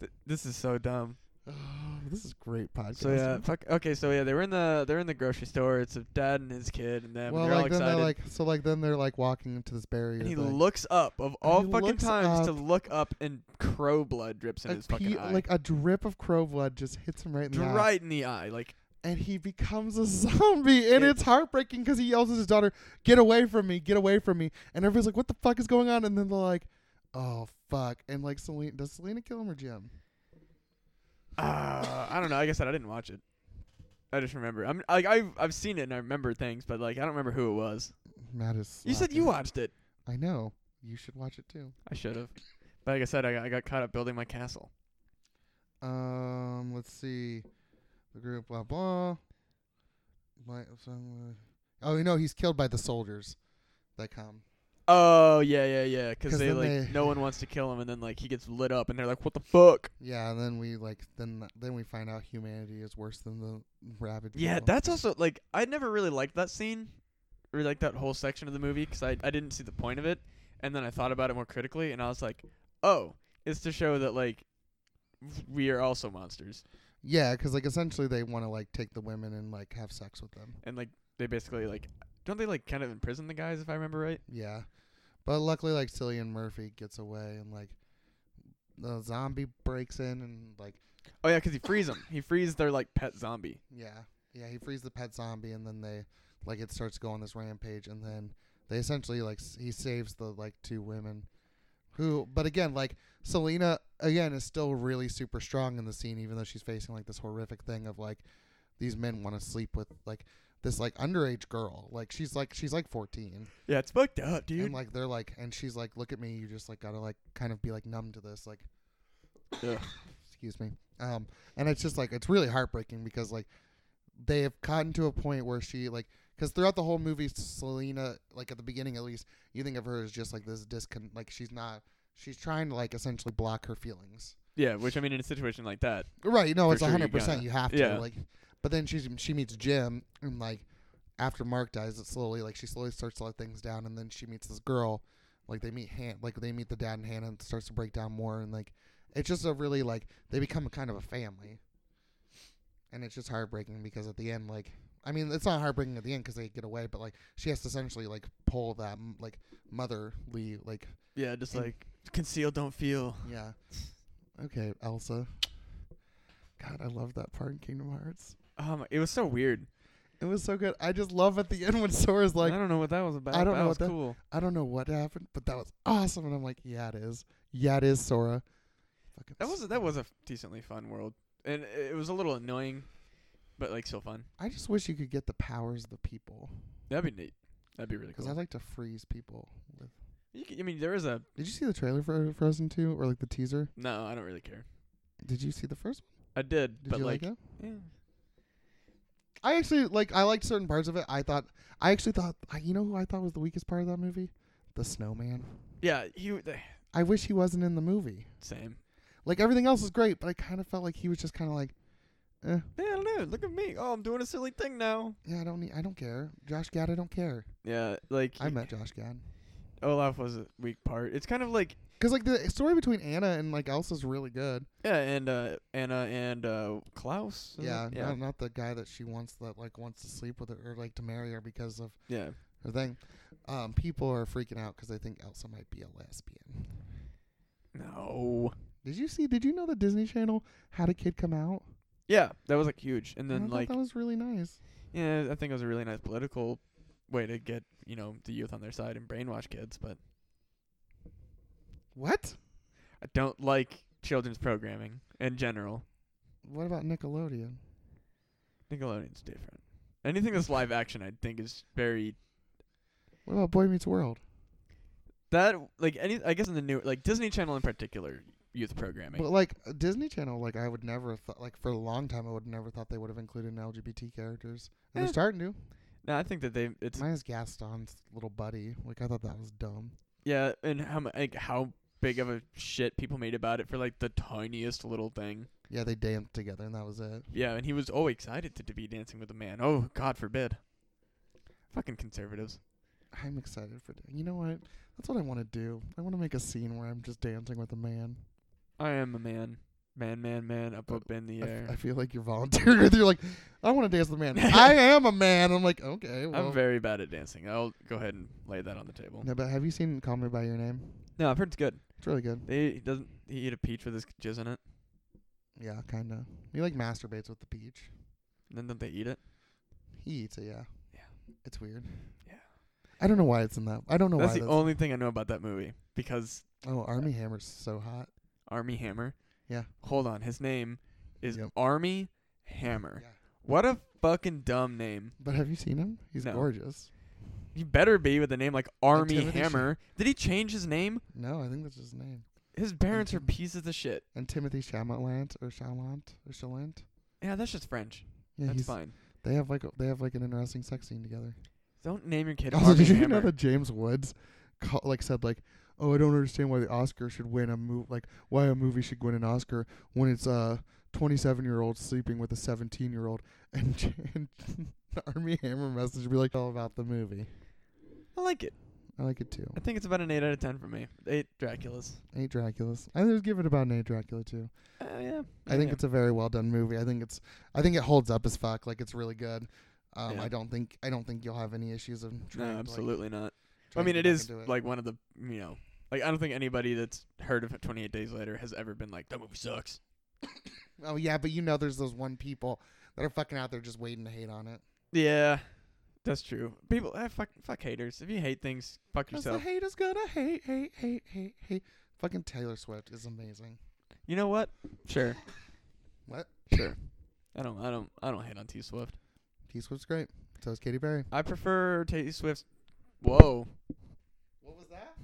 B: Th- this is so dumb.
A: Oh, this is great podcast.
B: So yeah, fuck. Okay, so yeah, they were in the they're in the grocery store. It's a dad and his kid, and them.
A: well,
B: they're all
A: like then
B: excited.
A: they're like, so like then they're like walking into this barrier.
B: and he
A: thing.
B: looks up of all
A: he
B: fucking
A: looks
B: times to
A: up.
B: look up, and crow blood drips in
A: a
B: his fucking
A: pea-
B: eye,
A: like a drip of crow blood just hits him right in the eye.
B: right in the eye. Like
A: and he becomes a zombie and
B: It-
A: it's heartbreaking because he yells at his daughter get away from me get away from me and everybody's like what the fuck is going on and then they're like oh fuck and like selena does selena kill him or jim
B: uh, I don't know. Like I said, I didn't watch it. I just remember. I'm like I've I've seen it and I remember things, but like I don't remember who it was.
A: matt is
B: You said you
A: slacking.
B: watched it.
A: i know you should watch it too
B: I should have. But like I said, I got, I got caught up building my castle.
A: um let's see the group blah blah My- some, uh, oh you know he's killed by the soldiers that come
B: Oh yeah, yeah, yeah. 'Cause
A: 'Cause
B: they
A: then
B: like
A: they-
B: no one wants to kill him, and then like he gets lit up, and they're like, "What the fuck?"
A: Yeah, and then we like then then we find out humanity is worse than the rabid.
B: Yeah,
A: people.
B: that's also like I never really liked that scene, or like that whole section of the movie, 'cause I I didn't see the point of it, and then I thought about it more critically, and I was like, "Oh, it's to show that like we are also monsters,
A: yeah, because like essentially they want to like take the women and like have sex with them.
B: and like they basically like don't they like kind of imprison the guys if I remember right?
A: Yeah, but luckily like Cillian Murphy gets away and like the zombie breaks in and like
B: Oh yeah, 'cause he frees them. He frees their like pet zombie.
A: yeah yeah he frees the pet zombie and then they like it starts going this rampage and then they essentially like s- he saves the like two women who but again like Selena again is still really super strong in the scene even though she's facing like this horrific thing of like these men want to sleep with like this like underage girl like she's like she's like 14
B: Yeah, it's fucked up, dude.
A: and like they're like and she's like look at me you just like gotta like kind of be like numb to this like
B: Ugh.
A: excuse me um and it's just like it's really heartbreaking because like they have gotten to a point where she like because throughout the whole movie selena like at the beginning at least you think of her as just like this discon like she's not she's trying to like essentially block her feelings
B: yeah, which I mean, in a situation like that,
A: Right, no,
B: For
A: it's
B: sure,
A: a
B: you
A: hundred percent.
B: gotta-
A: You have to
B: yeah.
A: like, but then she's she meets Jim, and like after Mark dies, it slowly like she slowly starts to let things down, and then she meets this girl, like they meet Han, like they meet the dad and Hannah, and it starts to break down more, and like it's just a really like they become a kind of a family, and it's just heartbreaking because at the end, like I mean, it's not heartbreaking at the end because they get away, but like she has to essentially like pull that m- like motherly like
B: yeah, just
A: And-
B: like conceal, don't feel.
A: yeah. Okay, Elsa. God, I love that part in Kingdom Hearts.
B: Um, it was so weird.
A: It was so good. I just love at the end when Sora's like,
B: I don't know what that was about.
A: I don't know
B: but that
A: what
B: was
A: that-
B: cool.
A: I don't know what happened, but that was awesome. And I'm like, yeah, it is. Yeah, it is, Sora. Fucking
B: That
A: s-
B: was that was a decently fun world, and it it was a little annoying, but like still fun.
A: I just wish you could get the powers of the people
B: That'd be neat. That'd be really
A: because
B: cool.
A: I like to freeze people. With.
B: you can, I mean, there is a
A: Did you see the trailer for uh, Frozen 2 or like the teaser?
B: no. I don't really care.
A: Did you see the first one?
B: I did,
A: Did
B: but
A: you
B: like,
A: like it?
B: yeah.
A: I actually like. I liked certain parts of it. I thought. I actually thought. I, you know who I thought was the weakest part of that movie? The snowman.
B: yeah, he w- the,
A: I wish he wasn't in the movie.
B: same.
A: Like everything else is great, but I kind of felt like he was just kind of like, eh,
B: Yeah, I don't know. Look at me. Oh, I'm doing a silly thing now.
A: yeah, I don't need, I don't care. Josh Gad, I don't care.
B: Yeah, like
A: I met Josh Gad
B: Olaf was a weak part. It's kind of like
A: because like the story between Anna and like Elsa's really good.
B: yeah, and uh, Anna and uh, Klaus. is it?
A: Yeah,
B: yeah,
A: Not, not the guy that she wants that like wants to sleep with her or like to marry her because of
B: yeah.
A: her thing. Um, people are freaking out because they think Elsa might be a lesbian.
B: No.
A: Did you see? Did you know that Disney Channel had a kid come out?
B: Yeah, that was like huge, and
A: And I
B: then
A: thought
B: like
A: that was really nice.
B: Yeah, I think it was a really nice political way to get, you know, the youth on their side and brainwash kids, but
A: What?
B: I don't like children's programming in general.
A: What about Nickelodeon?
B: Nickelodeon's different. Anything that's live action I think is very
A: What about Boy Meets World?
B: that like any I guess in the new like Disney Channel in particular youth programming.
A: But like uh, Disney Channel, like I would never thought, like for a long time, I would never thought they would have included LGBT characters, and
B: Eh.
A: they're starting to.
B: no, I think that they it's
A: Mine is Gaston's little buddy. Like I thought that was dumb.
B: yeah, and how mu- like how big of a shit people made about it for like the tiniest little thing.
A: Yeah, they danced together, and that was it.
B: Yeah, and he was oh excited to, to be dancing with a man. Oh god forbid. Fucking conservatives.
A: I'm excited for. You know what? That's what I want to do. I want to make a scene where I'm just dancing with a man.
B: I am a man. Man, man, man, up, up in the
A: I f- I
B: air.
A: feel like you're volunteering. with- you're like, I want to dance with a man. I am a man. I'm like, okay. Well.
B: I'm very bad at dancing. I'll go ahead and lay that on the table.
A: no, but have you seen Call Me by Your Name?
B: No, I've heard it's good.
A: It's really good.
B: They he doesn't he eat a peach with his jizz in it,
A: Yeah, kind of. He like masturbates with the peach.
B: and then don't they eat it?
A: He eats it. Yeah.
B: Yeah.
A: It's weird.
B: Yeah.
A: I don't know why it's in that. I don't know
B: that's
A: why
B: the only thing I know about that movie because
A: Oh, Army Hammer's so hot.
B: Army Hammer.
A: Yeah.
B: Hold on, his name is
A: Yep.
B: Army Hammer.
A: Yeah.
B: What a fucking dumb name.
A: But have you seen him? He's
B: No.
A: gorgeous.
B: He better be with a name like Army
A: Timothy Sh-
B: Hammer. Did he change his name?
A: No, I think that's his name.
B: His parents are
A: Tim-
B: pieces of shit.
A: And Timothy Chalamet or Chalamet or Chalamet.
B: Yeah, that's just French.
A: Yeah,
B: that's
A: he's,
B: fine.
A: They have like a, they have like an interesting sex scene together.
B: Don't name your kid
A: also,
B: Army
A: Oh, did you
B: Hammer.
A: know that James Woods co- like said like, oh, I don't understand why the Oscar should win a move like why a movie should win an Oscar when it's a 27 year old sleeping with a 17 year old and, and Army Hammer message be like all about the movie.
B: I like it.
A: I like it too.
B: I think it's about an eight out of ten for me. Eight Draculas.
A: Eight Draculas. I would give it about an eight Dracula too.
B: Uh, yeah.
A: I think
B: Yeah.
A: it's a very well done movie. I think it's I think it holds up as fuck. Like it's really good. Um,
B: Yeah.
A: I don't think I don't think you'll have any issues of
B: no,
A: trying to, like,
B: absolutely not. I
A: trying
B: mean,
A: to
B: it
A: get back
B: is
A: into it.
B: like one of the you know, like I don't think anybody that's heard of Twenty Eight Days Later has ever been like that movie sucks.
A: oh yeah, but you know there's those one people that are fucking out there just waiting to hate on it.
B: Yeah, that's true. People, eh, fuck, fuck haters. If you hate things, fuck
A: 'Cause the
B: yourself.
A: haters gonna hate, hate, hate, hate, hate. Fucking Taylor Swift is amazing.
B: You know what? Sure,
A: What?
B: sure. I don't, I don't, I don't hate on T Swift.
A: T Swift's great. So is Katy Perry.
B: I prefer T Swift's. Whoa.
A: What was that?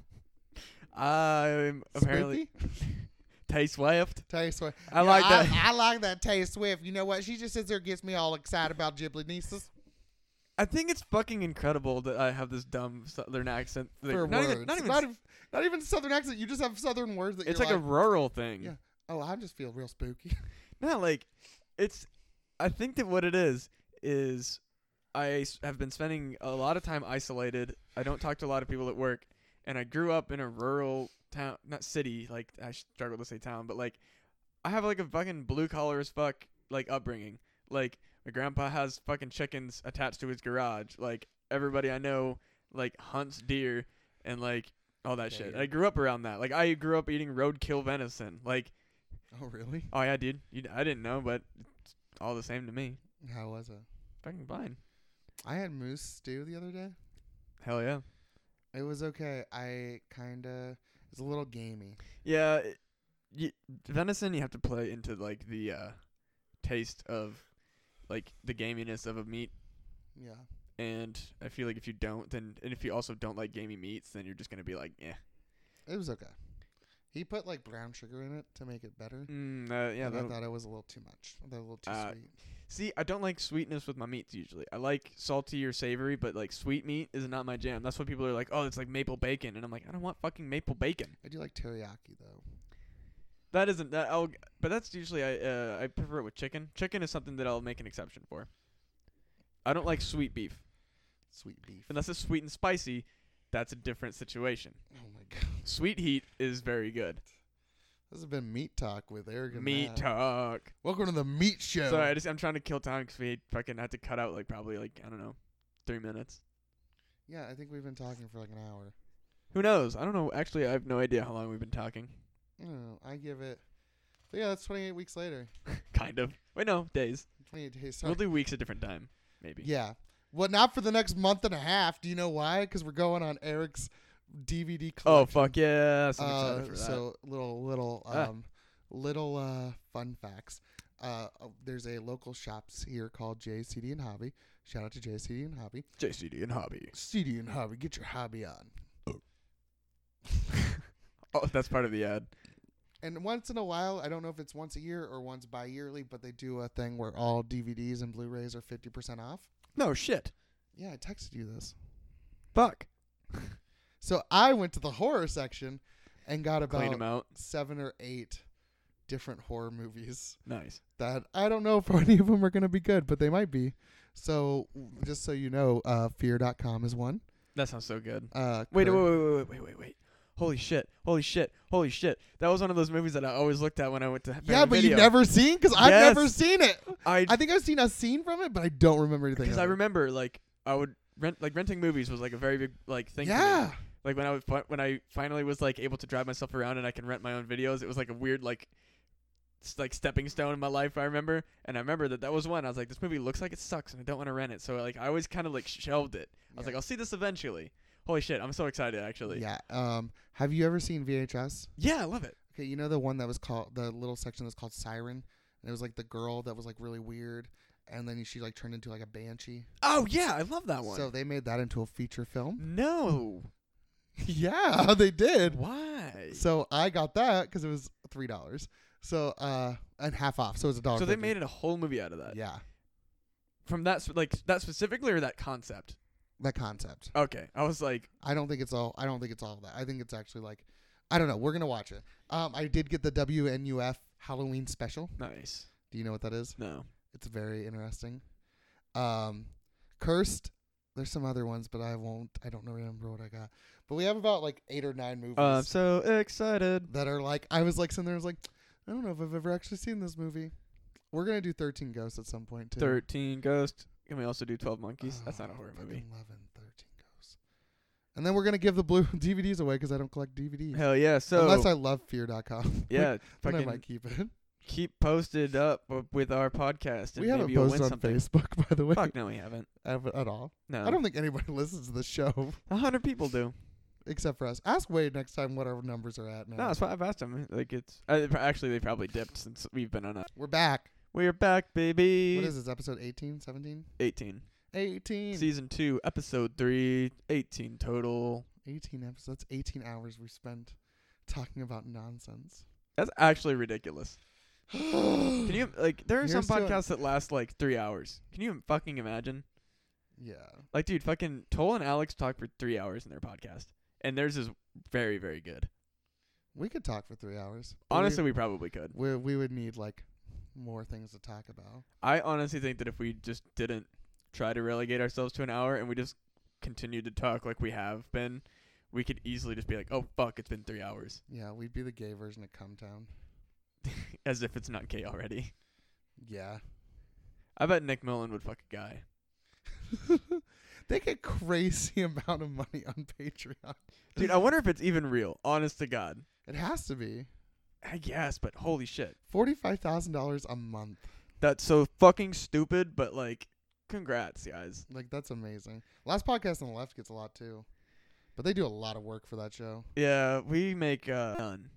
B: I'm apparently
A: Spooky?
B: Tay Swift.
A: Taylor Swift.
B: I
A: You know,
B: like that.
A: I, I like that Taylor Swift. You know what? She just sits there and gets me all excited about Ghibli
B: I think it's fucking incredible that I have this dumb southern accent. thing.
A: for
B: not
A: words.
B: even, not even,
A: not, even, not even southern accent. You just have southern words that
B: it's
A: you're
B: like,
A: like,
B: a rural thing.
A: Yeah. oh, I just feel real spooky.
B: Not like it's. I think that what it is is I s- have been spending a lot of time isolated. I don't talk to a lot of people at work, and I grew up in a rural town, not city. Like I struggle to say town, but like I have like a fucking blue collar as fuck like upbringing. Like my grandpa has fucking chickens attached to his garage. Like everybody I know like hunts deer and like all that shit.
A: Damn.
B: I grew up around that. Like I grew up eating roadkill venison. Like
A: oh, really?
B: Oh yeah, dude. You, I didn't know, but it's all the same to me.
A: How was it?
B: Fucking fine.
A: I had moose stew the other day.
B: Hell yeah.
A: It was okay. I kind of it's a little gamey.
B: Yeah. it- You, venison, you have to play into like the uh, taste of like the gaminess of a meat,
A: Yeah.
B: and I feel like if you don't, then and if you also don't like gamey meats, then you're just gonna be like, "Eh." yeah,
A: It was okay. He put like brown sugar in it to make it better.
B: mm, uh,
A: and
B: yeah.
A: I
B: that'll-
A: thought it was a little too much. I thought it was a little too
B: Uh,
A: sweet.
B: See, I don't like sweetness with my meats usually. I like salty or savory, but like sweet meat is not my jam. That's why people are like, oh, it's like maple bacon, and I'm like, I don't want fucking maple bacon.
A: I do like teriyaki though.
B: That isn't that. I'll, but that's usually I uh, I prefer it with chicken. Chicken is something that I'll make an exception for. I don't like sweet beef
A: Sweet beef.
B: unless it's sweet and spicy. That's a different situation.
A: Oh my god.
B: Sweet heat is very good.
A: This has been meat talk with Eric and
B: Meat
A: Matt.
B: talk.
A: Welcome to the meat show.
B: Sorry, I just I'm trying to kill time 'cause we fucking had to cut out like probably like I don't know, three minutes.
A: Yeah, I think we've been talking for like an hour.
B: Who knows? I don't know. Actually, I have no idea how long we've been talking.
A: I don't know. I give it. But yeah, that's 28 weeks later.
B: kind of. Wait, no, days.
A: 28 days. Sorry.
B: We'll do weeks a different time, maybe.
A: yeah. Well, not for the next month and a half. Do you know why? Because we're going on Eric's DVD
B: Oh
A: collection.
B: fuck yeah! So I'm
A: Uh,
B: excited for that.
A: so little little
B: Ah.
A: um little uh fun facts. Uh, oh, there's a local shops here called JCD and Hobby. Shout out to JCD and Hobby.
B: JCD and hobby.
A: CD and Hobby, get your hobby on.
B: Oh, that's part of the ad.
A: And once in a while, I don't know if it's once a year or once bi-yearly, but they do a thing where all DVDs and Blu-rays are 50% off.
B: No shit.
A: Yeah, I texted you this.
B: Fuck.
A: So I went to the horror section and got
B: Clean
A: about
B: them out.
A: seven or eight different horror movies
B: Nice.
A: that I don't know if any of them are going to be good, but they might be. So just so you know, uh, fear.com is one.
B: That sounds so good.
A: Uh,
B: Wait, wait,
A: Curb-
B: wait, wait, wait, wait, wait. Holy shit! Holy shit! Holy shit! That was one of those movies that I always looked at when I went to.
A: Yeah,
B: Family
A: but
B: video.
A: you've never seen? Because I've
B: Yes.
A: never seen it.
B: I
A: I think I've seen a scene from it, but I don't remember anything.
B: because I
A: of it.
B: remember like I would rent like renting movies was like a very big like thing. for me.
A: Yeah.
B: Like when I was fi- when I finally was like able to drive myself around and I can rent my own videos, it was like a weird like. s- Like stepping stone in my life, I remember, and I remember that that was one. I was like, this movie looks like it sucks, and I don't want to rent it. So like, I always kind of like shelved it. I was
A: Yeah.
B: like, I'll see this eventually. Holy shit, I'm so excited actually.
A: Yeah. Um, have you ever seen VHS?
B: Yeah, I love it.
A: Okay, you know the one that was called the little section that's called Siren, and it was like the girl that was like really weird, and then she like turned into like a banshee.
B: Oh yeah, I love that one.
A: So they made that into a feature film.
B: no,
A: yeah, they did.
B: why? So,
A: So I got that because it was three dollars. So uh, and half off. So it was a dollar.
B: they made it a whole movie out of that.
A: oh, Yeah,
B: From that, sp- like that specifically, or that concept.
A: that concept.
B: Okay, I was like,
A: I don't think it's all. I don't think it's all of that. I think it's actually like, I don't know. We're gonna watch it. Um, I did get the WNUF Halloween special.
B: nice.
A: Do you know what that is?
B: No,
A: It's very interesting. Um, Cursed. There's some other ones, but I won't. I don't remember what I got. But we have about like eight or nine movies
B: I'm Um, so excited.
A: that are like. I was like sitting there. I was like, I don't know if I've ever actually seen this movie. We're gonna do Thirteen Ghosts at some point too.
B: Thirteen Ghost. Can we also do Twelve Monkeys? That's not a
A: uh, Oh,
B: horror
A: fucking
B: movie.
A: loving 13 Ghosts. And then we're going to give the blue DVDs away because I don't collect DVDs.
B: Hell yeah! So
A: Unless I love fear.com.
B: yeah,
A: Then I
B: fucking
A: might keep it.
B: keep posted up w- with our podcast, and
A: We haven't
B: maybe you'll
A: posted
B: win
A: on
B: something.
A: Facebook, by the way,
B: Fuck no, we haven't.
A: at, at all.
B: No,
A: I don't think anybody listens to the show
B: A hundred people do.
A: except for us. Ask Wade next time what our numbers are at now.
B: No, that's why I've asked them. Like it's uh, pr- actually they probably dipped since we've been on. A,
A: We're back.
B: we're back, baby.
A: What is this, episode 18, 17?
B: Eighteen.
A: 18.
B: Season two, episode three. Eighteen total.
A: 18 episodes, 18 hours we spent talking about nonsense.
B: That's actually ridiculous.
A: Can
B: Can you like? There are some
A: Here's to it.
B: podcasts that last like three hours. Can you fucking imagine?
A: Yeah.
B: Like, dude, fucking Toll and Alex talk for three hours in their podcast, and theirs is very, very good.
A: We could talk for three hours. but we-
B: Honestly, we probably could.
A: we we would need like more things to talk about.
B: I honestly think that if we just didn't try to relegate ourselves to an hour and we just continued to talk like we have been, we could easily just be like, "Oh fuck, it's been three hours,"
A: Yeah, we'd be the gay version of Cumtown.
B: as if it's not gay already.
A: Yeah.
B: I bet Nick Mullen would fuck a guy.
A: they get crazy amount of money on Patreon.
B: Dude, I wonder if it's even real. Honest to God,
A: It has to be
B: I guess, but holy shit,
A: forty-five thousand dollars a month.
B: that's so fucking stupid. But like, congrats, guys.
A: Like that's amazing. Last podcast on the left gets a lot too, but they do a lot of work for that show.
B: Yeah, we make uh, none.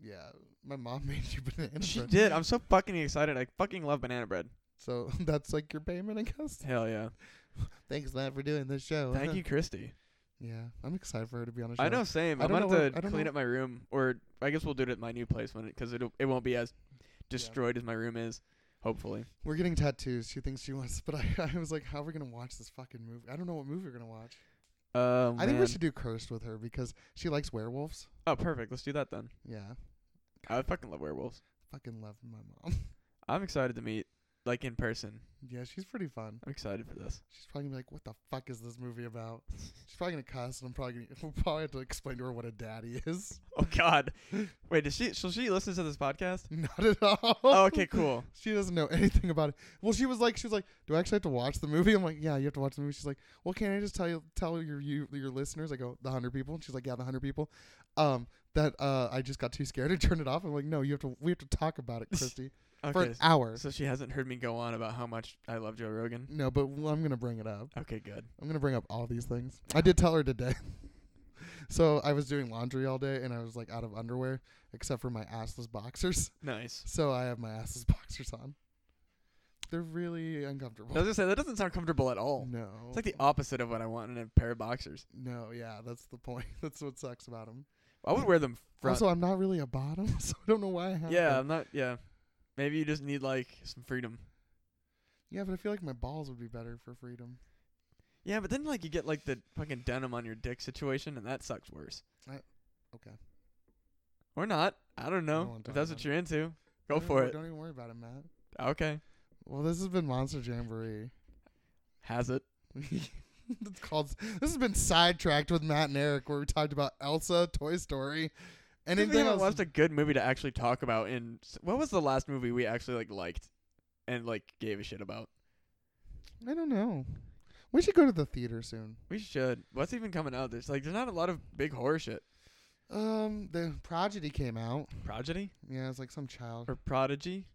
A: Yeah, my mom made you banana.
B: She
A: bread.
B: did. I'm so fucking excited. I fucking love banana bread.
A: So that's like your payment, I guess.
B: Hell yeah.
A: Thanks, Matt, for doing this show.
B: Thank you, Christy.
A: Yeah, I'm excited for her to be on the show.
B: I know, same.
A: I
B: I,
A: don't know
B: wanted
A: where-
B: to
A: I don't
B: clean
A: know-
B: up my room, or I guess we'll do it at my new place when it, because it it won't be as destroyed as my room is. Hopefully,
A: We're getting tattoos. She thinks she wants, but I, I was like, how are we gonna watch this fucking movie? I don't know what movie we're gonna watch.
B: um,
A: I think we should do Cursed with her because she likes werewolves.
B: Oh, perfect. Let's do that then.
A: Yeah,
B: I fucking love werewolves.
A: fucking love my mom.
B: I'm excited to meet, like in person.
A: yeah, she's pretty fun.
B: I'm excited for this.
A: She's probably gonna be like, what the fuck is this movie about? She's probably gonna cuss, and I'm probably gonna we'll probably have to explain to her what a daddy is.
B: Oh God, wait, does she? Shall she listen to this podcast?
A: Not at all.
B: Oh, okay, cool.
A: She doesn't know anything about it. Well, she was like, she was like, do I actually have to watch the movie? I'm like, yeah, you have to watch the movie. She's like, well, can't I just tell you, tell your you, your listeners? I go, the hundred people. And she's like, yeah, the hundred people. Um, that uh, I just got too scared to turn it off. I'm like, no, you have to, we have to talk about it, Christy, for
B: Okay,
A: an hour.
B: so she hasn't heard me go on about how much I love Joe Rogan.
A: No, but well, I'm gonna bring it up.
B: Okay, good.
A: I'm gonna bring up all these things. I did tell her today. so I was doing laundry all day, and I was like out of underwear except for my assless boxers.
B: Nice.
A: So I have my assless boxers on. They're really uncomfortable.
B: I was gonna say that doesn't sound comfortable at all.
A: No.
B: It's like the opposite of what I want in a pair of boxers.
A: No, yeah, that's the point. That's what sucks about them.
B: I would wear them front.
A: Also, I'm not really a bottom, so I don't know why I have.
B: yeah,
A: them.
B: I'm not. Yeah, maybe you just need like some freedom.
A: Yeah, but I feel like my balls would be better for freedom.
B: Yeah, but then like you get like the fucking denim on your dick situation, and that sucks worse.
A: Okay.
B: Or not? I don't
A: don't
B: know.
A: wanna
B: if
A: talk
B: that's
A: about
B: what
A: it.
B: you're into, go
A: Don't even
B: for
A: wor-
B: it.
A: Don't even worry about it, Matt.
B: Okay,
A: Well, this has been Monster Jamboree.
B: has it?
A: it's called. This has been sidetracked with Matt and Eric, where we talked about Elsa, Toy Story, and
B: And then we
A: anything
B: haven't
A: else.
B: watched a good movie to actually talk about. In s- what was the last movie we actually like liked and like gave a shit about?
A: I don't know. We should go to the theater soon.
B: We should. What's even coming out? There's like there's not a lot of big horror shit.
A: Um, the Prodigy came out.
B: Prodigy
A: Yeah, it's like some child.
B: or Prodigy,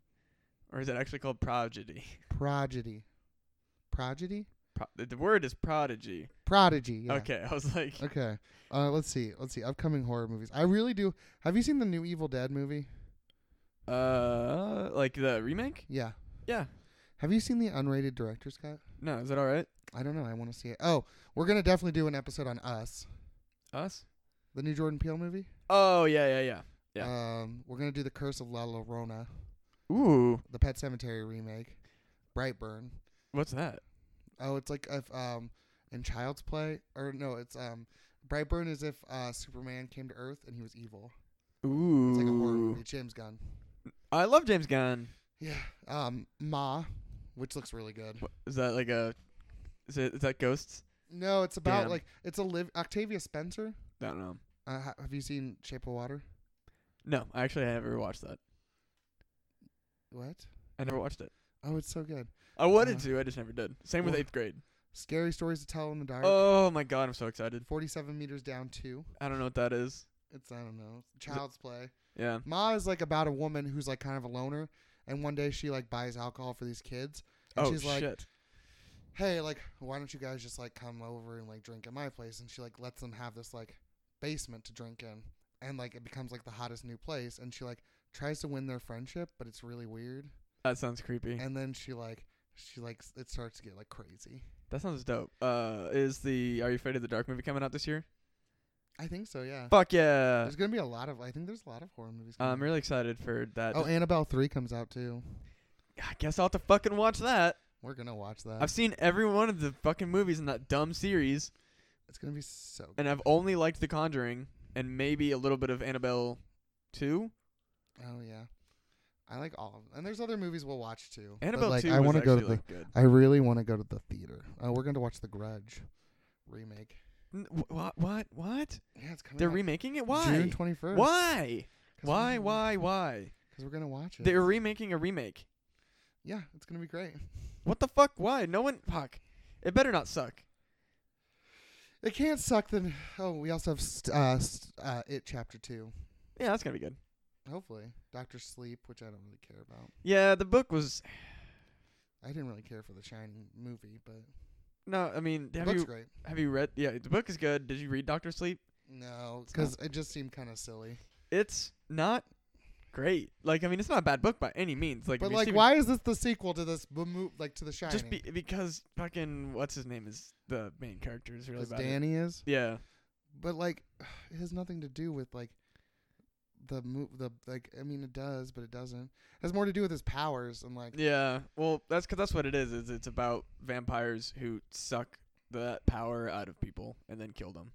B: or is it actually called Prodigy?
A: Prodigy. Prodigy.
B: Pro- the- the word is prodigy.
A: Prodigy. Yeah.
B: Okay, I was like,
A: Okay. Uh, let's see. Let's see. Upcoming horror movies. I really do. Have you seen the new Evil Dead movie?
B: uh, like the remake?
A: Yeah.
B: Yeah.
A: Have you seen the unrated director's cut?
B: No, is that all right?
A: I don't know. I want to see it. Oh, we're gonna definitely do an episode on Us,
B: Us?
A: the new Jordan Peele movie.
B: Oh yeah, yeah, yeah.
A: Um, we're gonna do the Curse of La Llorona,
B: Ooh,
A: the Pet Cemetery remake, Brightburn.
B: what's that?
A: Oh, it's like if um, in Child's Play, or no, it's um, Brightburn is if uh, Superman came to Earth and he was evil.
B: Ooh.
A: It's like a horror movie. James Gunn.
B: I love James Gunn.
A: Yeah. Um, Ma, which looks really good.
B: What, is that like a? Is it is that ghosts?
A: No, it's about
B: Damn.
A: like it's a live Octavia Spencer.
B: I don't know.
A: Uh, ha- have you seen Shape of Water?
B: No, I actually never watched that.
A: What?
B: I never watched it.
A: Oh, it's so good.
B: I wanted
A: Uh,
B: to, I just never did. Same with
A: wha-
B: eighth grade.
A: Scary stories to tell in the dark.
B: Oh my god, I'm so excited.
A: Forty-seven meters down two.
B: I don't know what that is.
A: It's I don't know. Child's play.
B: Yeah.
A: Ma is like about a woman who's like kind of a loner, and one day she like buys alcohol for these kids. And
B: Oh
A: she's like,
B: shit.
A: hey, like, why don't you guys just like come over and like drink at my place? And she like lets them have this like basement to drink in, and like it becomes like the hottest new place. And she like tries to win their friendship, but it's really weird.
B: That sounds creepy.
A: And then she like she like s- it starts to get like crazy.
B: That sounds dope. Uh is the Are You Afraid of the Dark movie coming out this year?
A: I think so, yeah.
B: Fuck yeah.
A: There's gonna be a lot of I think there's a lot of horror movies. Coming.
B: I'm uh, Um, really uh, excited for that.
A: oh, Annabelle three comes out too.
B: I guess I'll have to fucking watch that.
A: We're gonna watch that.
B: I've seen every one of the fucking movies in that dumb series,
A: it's gonna be so. good.
B: and I've only liked The Conjuring and maybe a little bit of Annabelle 2.
A: Oh yeah, I like all of them. And there's other movies we'll watch too. But,
B: Annabelle
A: like,
B: 2
A: I
B: was
A: wanna go
B: actually
A: to the
B: like, good.
A: I really want to go to the theater. Uh, we're going to watch The Grudge remake.
B: N- wh- What? What? What?
A: Yeah, it's coming.
B: They're
A: out
B: remaking it? Why?
A: June twenty first.
B: Why? Why? Why? Why?
A: Because we're gonna watch it.
B: They're remaking a remake.
A: yeah, it's gonna be great.
B: What the fuck? Why? No one. Fuck. It better not suck.
A: It can't suck. Then oh, we also have st- uh, st- uh, it chapter two.
B: Yeah, that's gonna be good.
A: Hopefully, Doctor Sleep, which I don't really care about.
B: Yeah, the book was.
A: I didn't really care for the Shining movie, but
B: No, I mean,
A: it
B: have
A: looks
B: you
A: great.
B: have you read? Yeah, the book is good. Did you read Doctor Sleep?
A: No,
B: not-
A: because it just seemed kind of silly.
B: It's not great. Like, I mean, it's not a bad book by any means. Like, I
A: But
B: mean,
A: like,
B: Stephen-
A: why is this the sequel to this b- mo- like to the Shining?
B: Just be, because fucking what's his name is the main character is really
A: 'Cause
B: bad.
A: Danny is.
B: Yeah.
A: But like, it has nothing to do with like the move. The like, I mean, it does, but it doesn't. It has more to do with his powers and like,
B: Yeah. Well, that's 'cause that's what it is. Is it's about vampires who suck that power out of people and then kill them.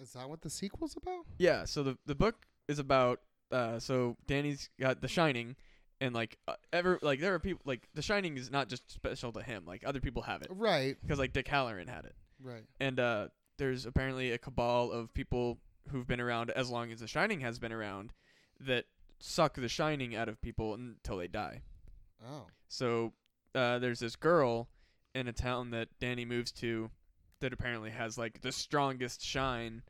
A: is that what the sequel's about?
B: Yeah. So the the book is about uh so Danny's got The Shining and like uh, ever like there are people like The Shining is not just special to him. Like other people have it
A: Right,
B: because like Dick Halloran had it.
A: right.
B: And uh there's apparently a cabal of people who've been around as long as The Shining has been around that suck The Shining out of people until they die.
A: Oh,
B: So uh, there's this girl in a town that Danny moves to that apparently has like the strongest shine,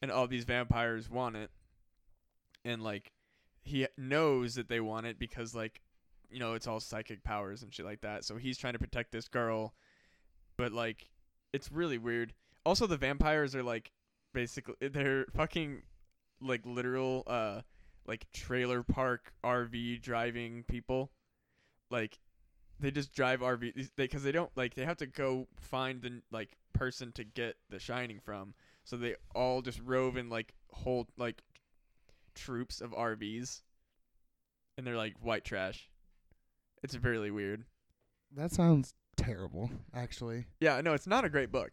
B: and all these vampires want it. And like he knows that they want it because like you know it's all psychic powers and shit like that. So he's trying to protect this girl, but like it's really weird. Also, the vampires are like basically eh, they're fucking like literal uh like trailer park RV driving people like they just drive RV because they, don't like they have to go find the like person to get the shining from. So they all just rove in like whole like troops of RVs, and they're like white trash. It's really weird.
A: that sounds terrible. Actually,
B: Yeah, no, it's not a great book.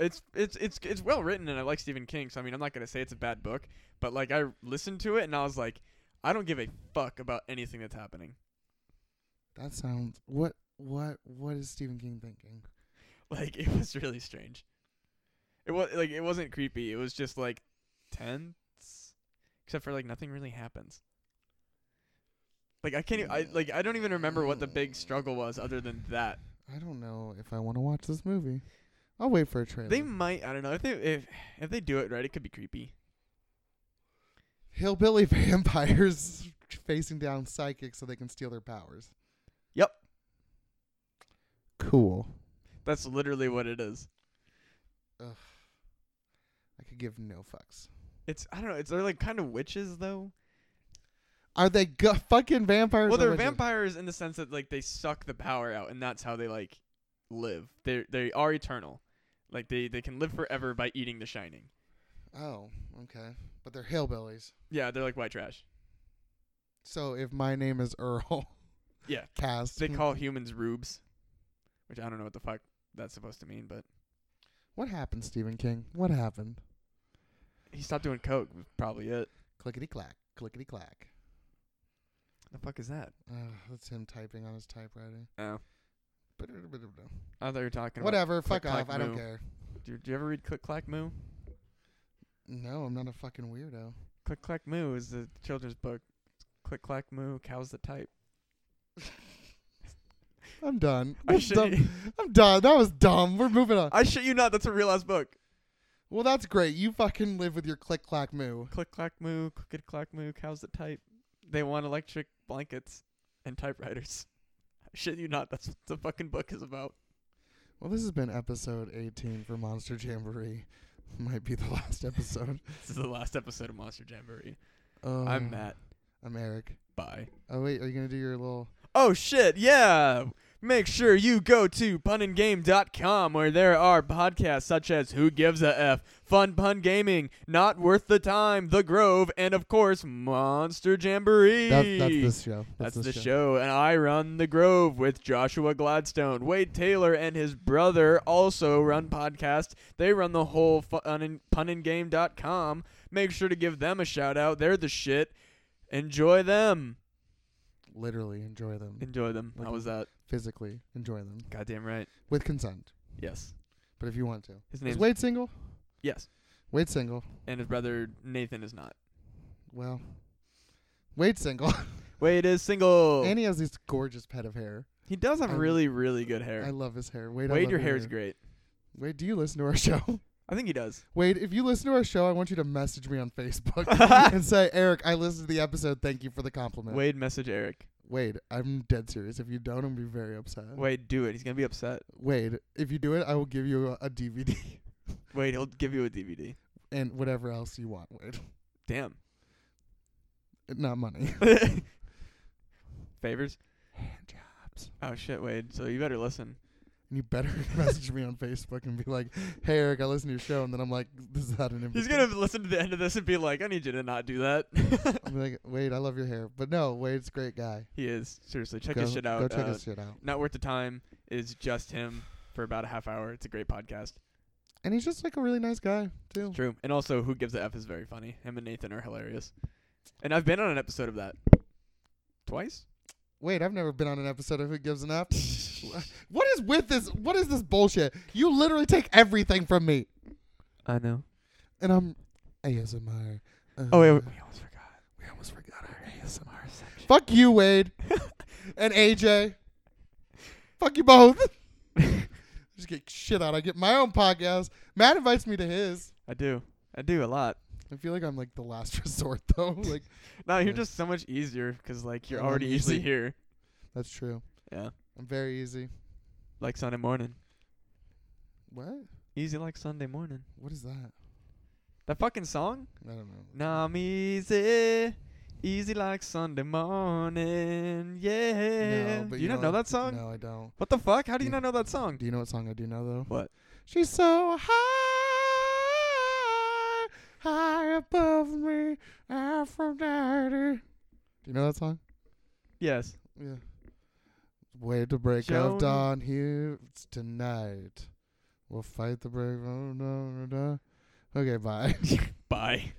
B: It's it's it's it's well written, and I like Stephen King. So I mean, I'm not gonna say it's a bad book, but like I listened to it and I was like, I don't give a fuck about anything that's happening.
A: that sounds what what what is Stephen King thinking?
B: Like it was really strange. It was like it wasn't creepy. It was just like tense, except for like nothing really happens. Like I can't. Even, I like I don't even remember what the big struggle was other than that.
A: I don't know if I want to watch this movie. I'll wait for a trailer.
B: They might. I don't know if they if if they do it right. It could be creepy.
A: Hillbilly vampires facing down psychics so they can steal their powers.
B: Yep.
A: Cool.
B: That's literally what it is.
A: I could give no fucks.
B: It's I don't know. It's they're like kind of witches though.
A: Are they gu- fucking vampires?
B: Well,
A: or
B: they're
A: witches?
B: vampires in the sense that like they suck the power out, and that's how they like live. They they are eternal. Like they they can live forever by eating the shining.
A: Oh, okay. But they're hillbillies.
B: Yeah, they're like white trash.
A: So if my name is Earl,
B: Yeah.
A: cast Hmm.
B: They call humans rubes, which I don't know what the fuck that's supposed to mean, but
A: What happened, Stephen King? What happened?
B: he stopped doing coke. was Probably it.
A: Clickety clack, clickety clack.
B: The fuck is that?
A: Uh, that's him typing on his typewriter.
B: Oh, I thought you were talking.
A: Whatever, fuck
B: click, clack,
A: off. I don't
B: moo.
A: care.
B: About, do, do you ever read Click Clack Moo?
A: No, I'm not a fucking weirdo.
B: Click Clack Moo is the children's book. Click Clack Moo, cows that type.
A: I'm done.
B: I e-
A: That's
B: shit,
A: dumb.
B: you,
A: I'm done. That was dumb. We're moving on.
B: I shit you not. That's a real ass book.
A: well, that's great. You fucking live with your click clack moo.
B: Click Clack Moo, Click Clack Moo, cows that type. They want electric blankets and typewriters. I shit you not. That's what the fucking book is about.
A: Well, this has been episode 18 for Monster Jamboree. Might be the last episode.
B: This is the last episode of Monster Jamboree.
A: Um,
B: I'm Matt.
A: I'm Eric.
B: Bye.
A: Oh wait, are you gonna do your little?
B: Oh shit, yeah. Make sure you go to punandgame.com where there are podcasts such as Who Gives a F, Fun Pun Gaming, Not Worth the Time, The Grove, and of course Monster Jamboree.
A: That, that's this show. That's,
B: That's the
A: this
B: show. and I run the Grove with Joshua Gladstone. Wade Taylor and his brother also run podcast. They run the whole fun punandgame.com. Make sure to give them a shout out. They're the shit. Enjoy them.
A: Literally enjoy them.
B: Enjoy them. How
A: Okay.
B: was that?
A: Physically enjoy them
B: Goddamn right.
A: with consent,
B: Yes.
A: but if you want to.
B: His
A: Is
B: name's
A: Wade single?
B: Yes.
A: Wade's single.
B: And his brother Nathan is not.
A: Well, Wade's single,
B: Wade is single.
A: and he has this gorgeous head of hair.
B: he does have
A: I'm-
B: really, really good hair.
A: I love his hair. Wade, I
B: Wade,
A: love
B: your hair is great.
A: Wade, do you listen to our show?
B: I think he does.
A: Wade, if you listen to our show, I want you to message me on Facebook and say, Eric, I listened to the episode. Thank you for the compliment.
B: Wade, message Eric.
A: Wade, I'm dead serious. If you don't, I'm gonna be very upset.
B: Wade, do it. He's gonna be upset.
A: Wade, if you do it, I will give you a, a DVD
B: Wade, he'll give you a DVD.
A: and whatever else you want, Wade.
B: Damn.
A: Not money.
B: Favors.
A: Hand jobs.
B: Oh shit, Wade. So you better listen.
A: And you better message me on Facebook and be like, "Hey, Eric, I listened to your show," and then I'm like, "This is not an invitation."
B: He's gonna listen to the end of this and be like, "I need you to not do that."
A: I'm like, Wade, I love your hair, but no, Wade's a great guy.
B: he is seriously check
A: go,
B: his shit out.
A: Go check
B: Uh,
A: his shit out.
B: Not worth the time is just him for about a half hour. It's a great podcast.
A: And he's just like a really nice guy too.
B: True. And also, Who Gives a F is very funny. Him and Nathan are hilarious. And I've been on an episode of that. Twice?
A: Wade, I've never been on an episode of Who Gives an F. Wh- what is with this? What is this bullshit? You literally take everything from me,
B: I know.
A: and I'm ASMR. Uh,
B: Oh, wait. wait. We almost forgot.
A: we almost forgot our
B: ASMR section.
A: Fuck you, Wade, and AJ. Fuck you both. just get shit out. I get my own podcast. Matt invites me to his.
B: I do. I do a lot.
A: I feel like I'm like the last resort though. like
B: No, you're
A: Yeah.
B: just so much easier because, like, you're
A: And I'm
B: already usually
A: easy.
B: here.
A: that's true.
B: Yeah.
A: I'm very easy.
B: Like Sunday morning.
A: What?
B: Easy like Sunday morning.
A: What is that?
B: That fucking song?
A: I don't know.
B: Now I'm easy. Easy like Sunday morning. Yeah.
A: No, but
B: you, don't know that song?
A: No, I don't.
B: What the fuck? How do you
A: Yeah.
B: not know that song?
A: Do you know what song I do know though?
B: What?
A: She's so high, high above me, Aphrodite. Do you know that song?
B: Yes.
A: Yeah. Wait to break
B: Joan-
A: of dawn here tonight. We'll fight the break. of dawn. Okay, bye.
B: Bye.